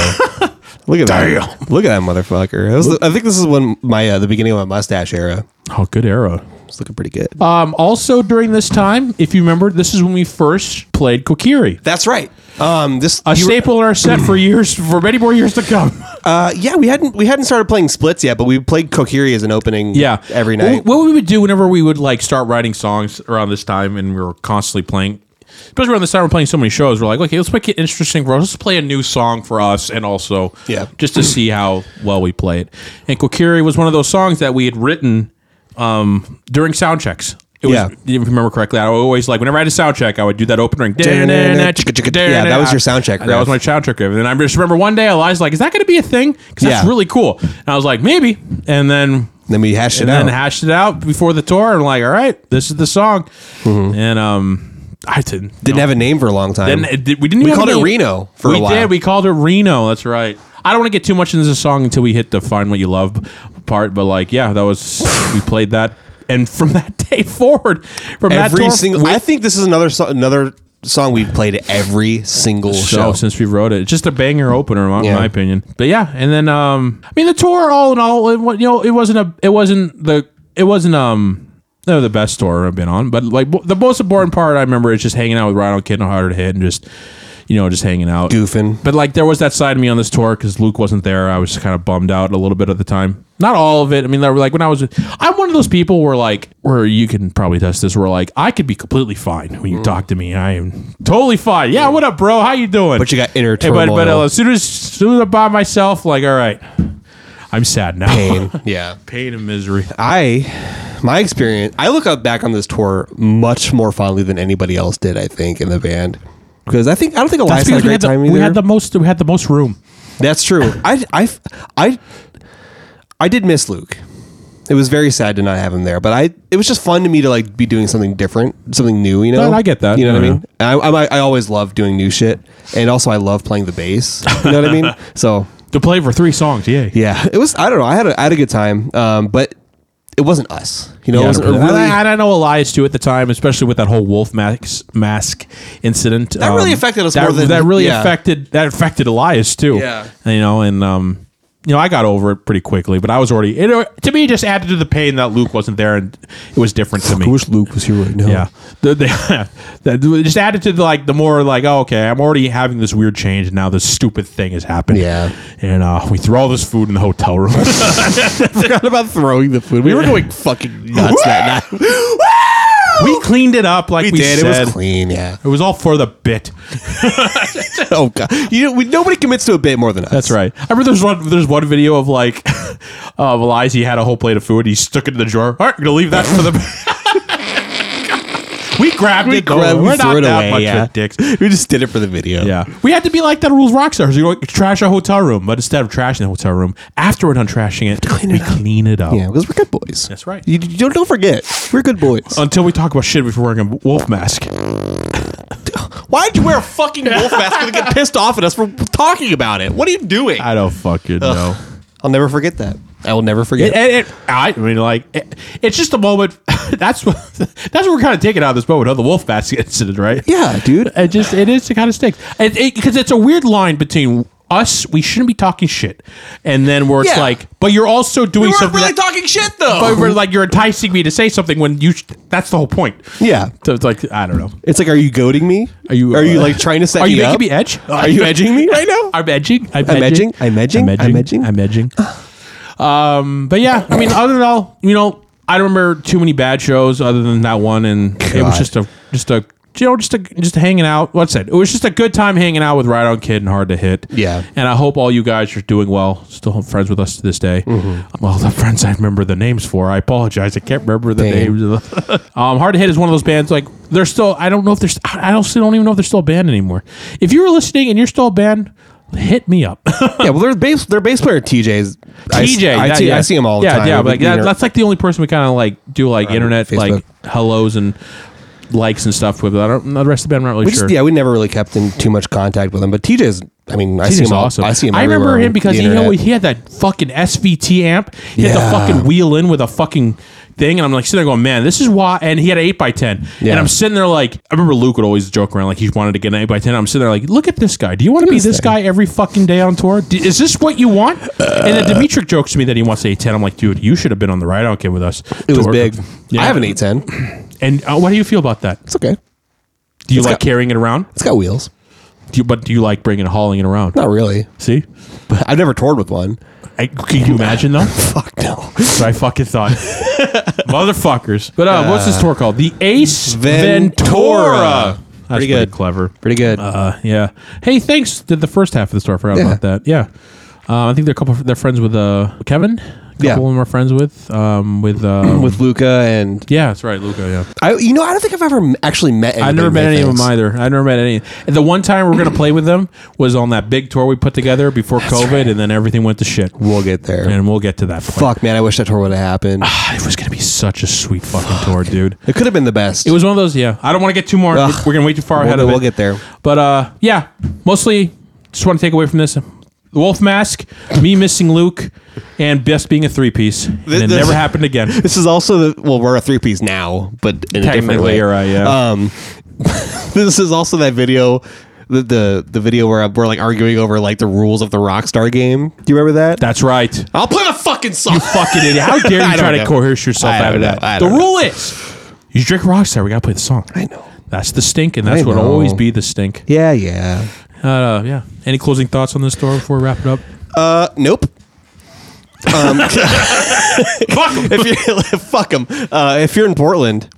Look at that! Look at that motherfucker. That was the- I think this is when my uh, the beginning of my mustache era. Oh, good arrow. It's looking pretty good. Uh, Um, also during this time, if you remember, this is when we first played Kokiri. That's right. Um, this A you- staple in our set for years, for many more years to come. uh, yeah, we hadn't we hadn't started playing splits yet, but we played Kokiri as an opening. Yeah, every night. What, what we would do whenever we would like start writing songs around this time, and we were constantly playing. Especially around this time, we're playing so many shows. We're like, okay, let's make it interesting for us. Let's play a new song for us, and also, Yeah. just to see how well we play it. And Kokiri was one of those songs that we had written um, during sound checks. It was, Yeah. if you remember correctly, I would always like whenever I had a sound check, I would do that opening. Yeah, that was your sound check That was riff. my sound check riff. And I just remember one day, Eli's like, "Is that going to be a thing?" Because that's Yeah. really cool. And I was like, "Maybe." And then then we hashed it and out. then hashed it out before the tour. I'm like, all right, this is the song, and um, I didn't Mm-hmm. Didn't have a name for a long time. and it uh, did- we didn't. We even have called a it name. Reno for a we while. did. We called it Reno. That's right. I don't want to get too much into the song until we hit the "Find What You Love" part, but like, yeah, that was we played that, and from that day forward, from that every tour, single. I think this is another so- another song we've played every single show show. since we wrote it. It's just a banger opener, in my, Yeah. my opinion. But yeah, and then um, I mean the tour, all in all, it, wa- you know, it wasn't a, it wasn't the, it wasn't um, no, the best tour I've been on. But like w- the most important part I remember is just hanging out with Ronald Kid and Harder to Hit and just you know, just hanging out, Goofing. But like, there was that side of me on this tour because Luke wasn't there. I was kind of bummed out a little bit at the time. Not all of it. I mean, there were like when I was, I'm one of those people where like, where you can probably test this. Where like, I could be completely fine when you talk to me. I am totally fine. Yeah, what up, bro? How you doing? But you got inner Hey, but, but turmoil. uh, as soon as, soon as I'm by myself, like, all right, I'm sad now. Pain. yeah. Pain and misery. I, my experience, I look up back on this tour much more fondly than anybody else did. I think in the band because I think I don't think Elias That's had a because we great had, the, time either. we had the most. We had the most room. That's true. I, I, I, I did miss Luke. It was very sad to not have him there, but I it was just fun to me to like be doing something different, something new. You know, No, I get that. Uh-huh. You know what I Yeah. mean? I, I I always love doing new shit, and also I love playing the bass. You know what I mean? So To play for three songs, yay. yeah, it was. I don't know. I had a I had a good time, um, but it wasn't us. You know, it wasn't a and really. I, and I know Elias too at the time, especially with that whole wolf mask mask incident. That really affected us that, more than- that really yeah. affected that affected Elias too. Yeah. you know, and um, you know, I got over it pretty quickly, but I was already it, to me it just added to the pain that Luke wasn't there, and it was different to me. Luke was here right now. Yeah, the, the, that just added to the, like the more like oh okay, I'm already having this weird change and now. This stupid thing has happened. Yeah. and uh, we threw all this food in the hotel room. Forgot about throwing the food. We were going fucking nuts that night. we cleaned it up like we, We did, it was said. It was clean. Yeah. It was all for the bit. Oh god. You know, we, nobody commits to a bit more than us. That's right. I remember there's one there's one video of like of Elias. He had a whole plate of food. He stuck it in the drawer. All right, gonna leave that for the. we grabbed We it. though. grabbed- we We're threw not it that away, much yeah. of dicks. We just did it for the video. Yeah, we had to be like that rules rock stars. You go trash a hotel room, but instead of trashing the hotel room, after we're done trashing it, we clean it up. Yeah, because we're good boys. That's right. You, you don't, don't forget, we're good boys. Until we talk about shit if we're wearing a wolf mask. Why'd you wear a fucking wolf mask and get pissed off at us for talking about it? What are you doing? I don't fucking know. I'll never forget that. I will never forget. It, it, it, I mean, like, it, it's just a moment. That's what that's what we're kind of taking out of this moment of the wolf basket incident, right? yeah, dude. It just it is the kind of sticks. It because it's a weird line between us. We shouldn't be talking shit, and then where it's Yeah. like, but you're also doing we weren't something. really that- talking shit though. but we're like you're enticing me to say something when you. Sh- that's the whole point. Yeah. So it's like I don't know. It's like, are you goading me? Are you, Are you uh, like trying to set Are you me making up? me edge? Are you edging me right now? I'm edging. I'm, I'm edging. I'm edging. I'm edging. I'm edging. Um, but yeah, I mean, other than all, you know, I don't remember too many bad shows other than that one, and it was God. just a just a you know just a just hanging out. What's it? It was just a good time hanging out with Right On Kid and Hard to Hit. Yeah. and I hope all you guys are doing well. Still friends with us to this day. Mm-hmm. Well, the friends I remember the names for. I apologize. I can't remember the Damn. names. Of the um, Hard to Hit is one of those bands like they're still. I don't know if there's. I don't still don't even know if they're still a band anymore. If you're listening and you're still a band, hit me up. yeah, well, their bass, their bass player TJ's. TJ. I, that- see, yeah. I see him all the yeah, time. Yeah, We- but like, we that, inter- that's like the only person we kind of like do like internet Uh, Facebook. like hellos and likes and stuff with. I don't. The rest of the band, I'm not really we sure. just, yeah, we never really kept in too much contact with him. But TJ's, I mean, I He's see him. all- awesome. I see him. remember everywhere him on because the he internet. always, he had that fucking SVT amp. He had Yeah. the fucking wheel in with a fucking thing, and I'm like sitting there going, "Man, this is why." And he had an eight x ten, Yeah. and I'm sitting there like, I remember Luke would always joke around like he wanted to get an eight x ten. I'm sitting there like, "Look at this guy. Do you want to be this this guy every fucking day on tour? D- is this what you want?" and Uh. then Dimitri jokes to me that he wants an eight ten. I'm like, "Dude, you should have been on the ride out kid with us." It was Tour." big. Yeah. I have an eight ten. And uh, what do you feel about that? It's okay. Do you It's like got- carrying it around? It's got wheels. Do you, but do you like bringing and hauling it around? Not really. See, But I've never toured with one. I, can you imagine though? Fuck no. So I fucking thought. Motherfuckers. But uh, what's this tour called? The Ace Ventura. Ventura. That's Pretty pretty, good. clever. Pretty good. Uh, yeah. Hey, thanks. Did the first half of the tour. I forgot Yeah. about that. Yeah. Uh, I think they're a couple. They're friends with uh, Kevin. A couple Yeah. of them are friends with. Um, with. Um, with Luca and Yeah, that's right, Luca. Yeah, I, you know, I don't think I've ever m- actually met. I've anybody never met that any of them thinks- either. I've never met any. And the one time we are gonna play with them was on that big tour we put together before COVID, and then everything went to shit. We'll get there. And we'll get to that. Point. Fuck, man, I wish that tour would have happened. it was gonna be such a sweet fucking tour, dude. It could have been the best. It was one of those. Yeah, I don't want to get too more. Ugh. We're gonna wait too far We'll, ahead of we'll it. get there. But uh, yeah, mostly just want to take away from this: the wolf mask, me missing Luke, and Bess being a three piece, and Th- it this- never happened again. This is also the well, we're a three piece now, but in a different Technically, way. you're right, yeah. Um, this is also that video, the the, the video where we're like arguing over like the rules of the Rockstar game. Do you remember that? That's right. I'll play the fucking song. Fucking idiot! How dare I you don't try to know. coerce yourself I out of don't know. that? I The don't know. rule is, you drink Rockstar. We gotta play the song. I know. That's the stink, and that's I what know. always be the stink. Yeah, yeah. Uh, yeah. Any closing thoughts on this store before we wrap it up? Uh, nope. Um, if you fuck 'em. Uh, if you're in Portland,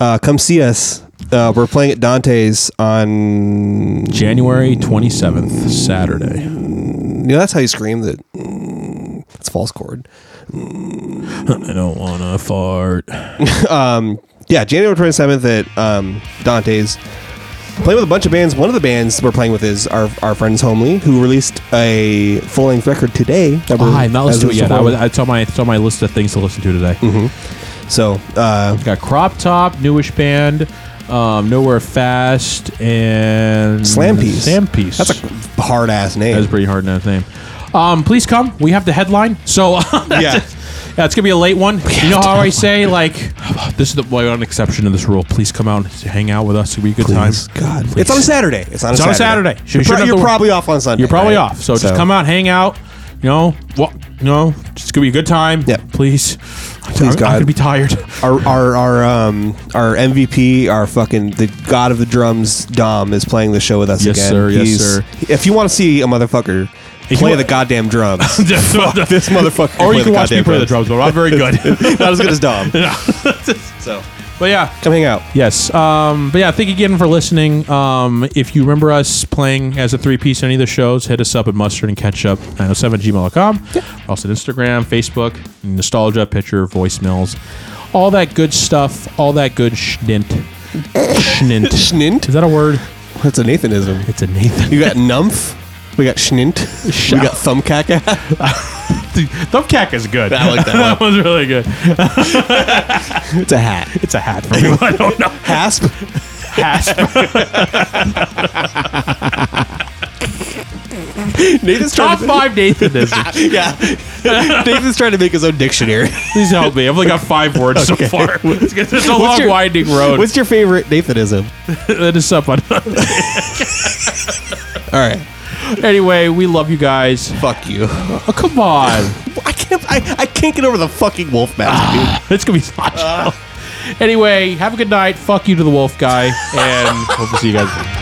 uh, come see us. Uh, we're playing at Dante's on. January 27th, Saturday. You know, that's how you scream that. Mm, it's false chord. I don't want to fart. Yeah, January 27th at um, Dante's. Playing with a bunch of bands. One of the bands we're playing with is our, our friends Homely, who released a full length record today. That Oh, we're- I'm not listening as to it yet. I, recording. was, I saw my saw my list of things to listen to today. Mm-hmm. so, uh, Got Crop Top, newish band, um, Nowhere Fast, and Slam Piece. Mm, Slam Piece. That's a hard ass name. That's a pretty hard now name. Um, please come. We have the headline. So that's Yeah. it. Yeah, it's gonna be a late one. you know how I always say like, this is the well, you're an exception to this rule. Please come out and hang out with us. It'll be a good Please, time. God. Please. It's on a Saturday. It's on, It's a, on a Saturday. Saturday. You're, You shouldn't have pro- to you're work. probably off on Sunday. You're probably right? off. So, just come out, hang out. You know what? You know, it's gonna be a good time. Yeah. Please. Please, I'm, God. I'm gonna be tired. Our our our um our MVP, our fucking the god of the drums, Dom is playing the show with us Yes, again. sir. Yes, sir. If you want to see a motherfucker play wa- the goddamn drums, this motherfucker can Or play the you can watch me goddamn play the drums, but I'm not very good. not as good as Dom. so but yeah. come hang out. Yes. Um, but yeah, thank you again for listening. Um, if you remember us playing as a three piece in any of the shows, hit us up at mustard and ketchup 907 gmail.com. We're Also on Instagram, Facebook, nostalgia, picture, voicemails, all that good stuff, all that good schnint. schnint. Schnint. Is that a word? That's a Nathanism. It's a Nathan. You got numph. We got schnint. We got thumbcack. Thumbtack is good. I like that that one's really good. It's a hat. It's a hat for me. I don't know. Hasp. Nathan's Top trying to, five Nathanisms. yeah. Nathan's trying to make his own dictionary. Please help me. I've only got five words so far. It's, it's a long, your- winding road. What's your favorite Nathanism? Hit us up on. All right. Anyway, we love you guys. Fuck you. Oh, come on. I can't. I, I can't get over the fucking wolf mask, dude. it's going to be hot. anyway, have a good night. Fuck you to the wolf guy. And hope to see you guys.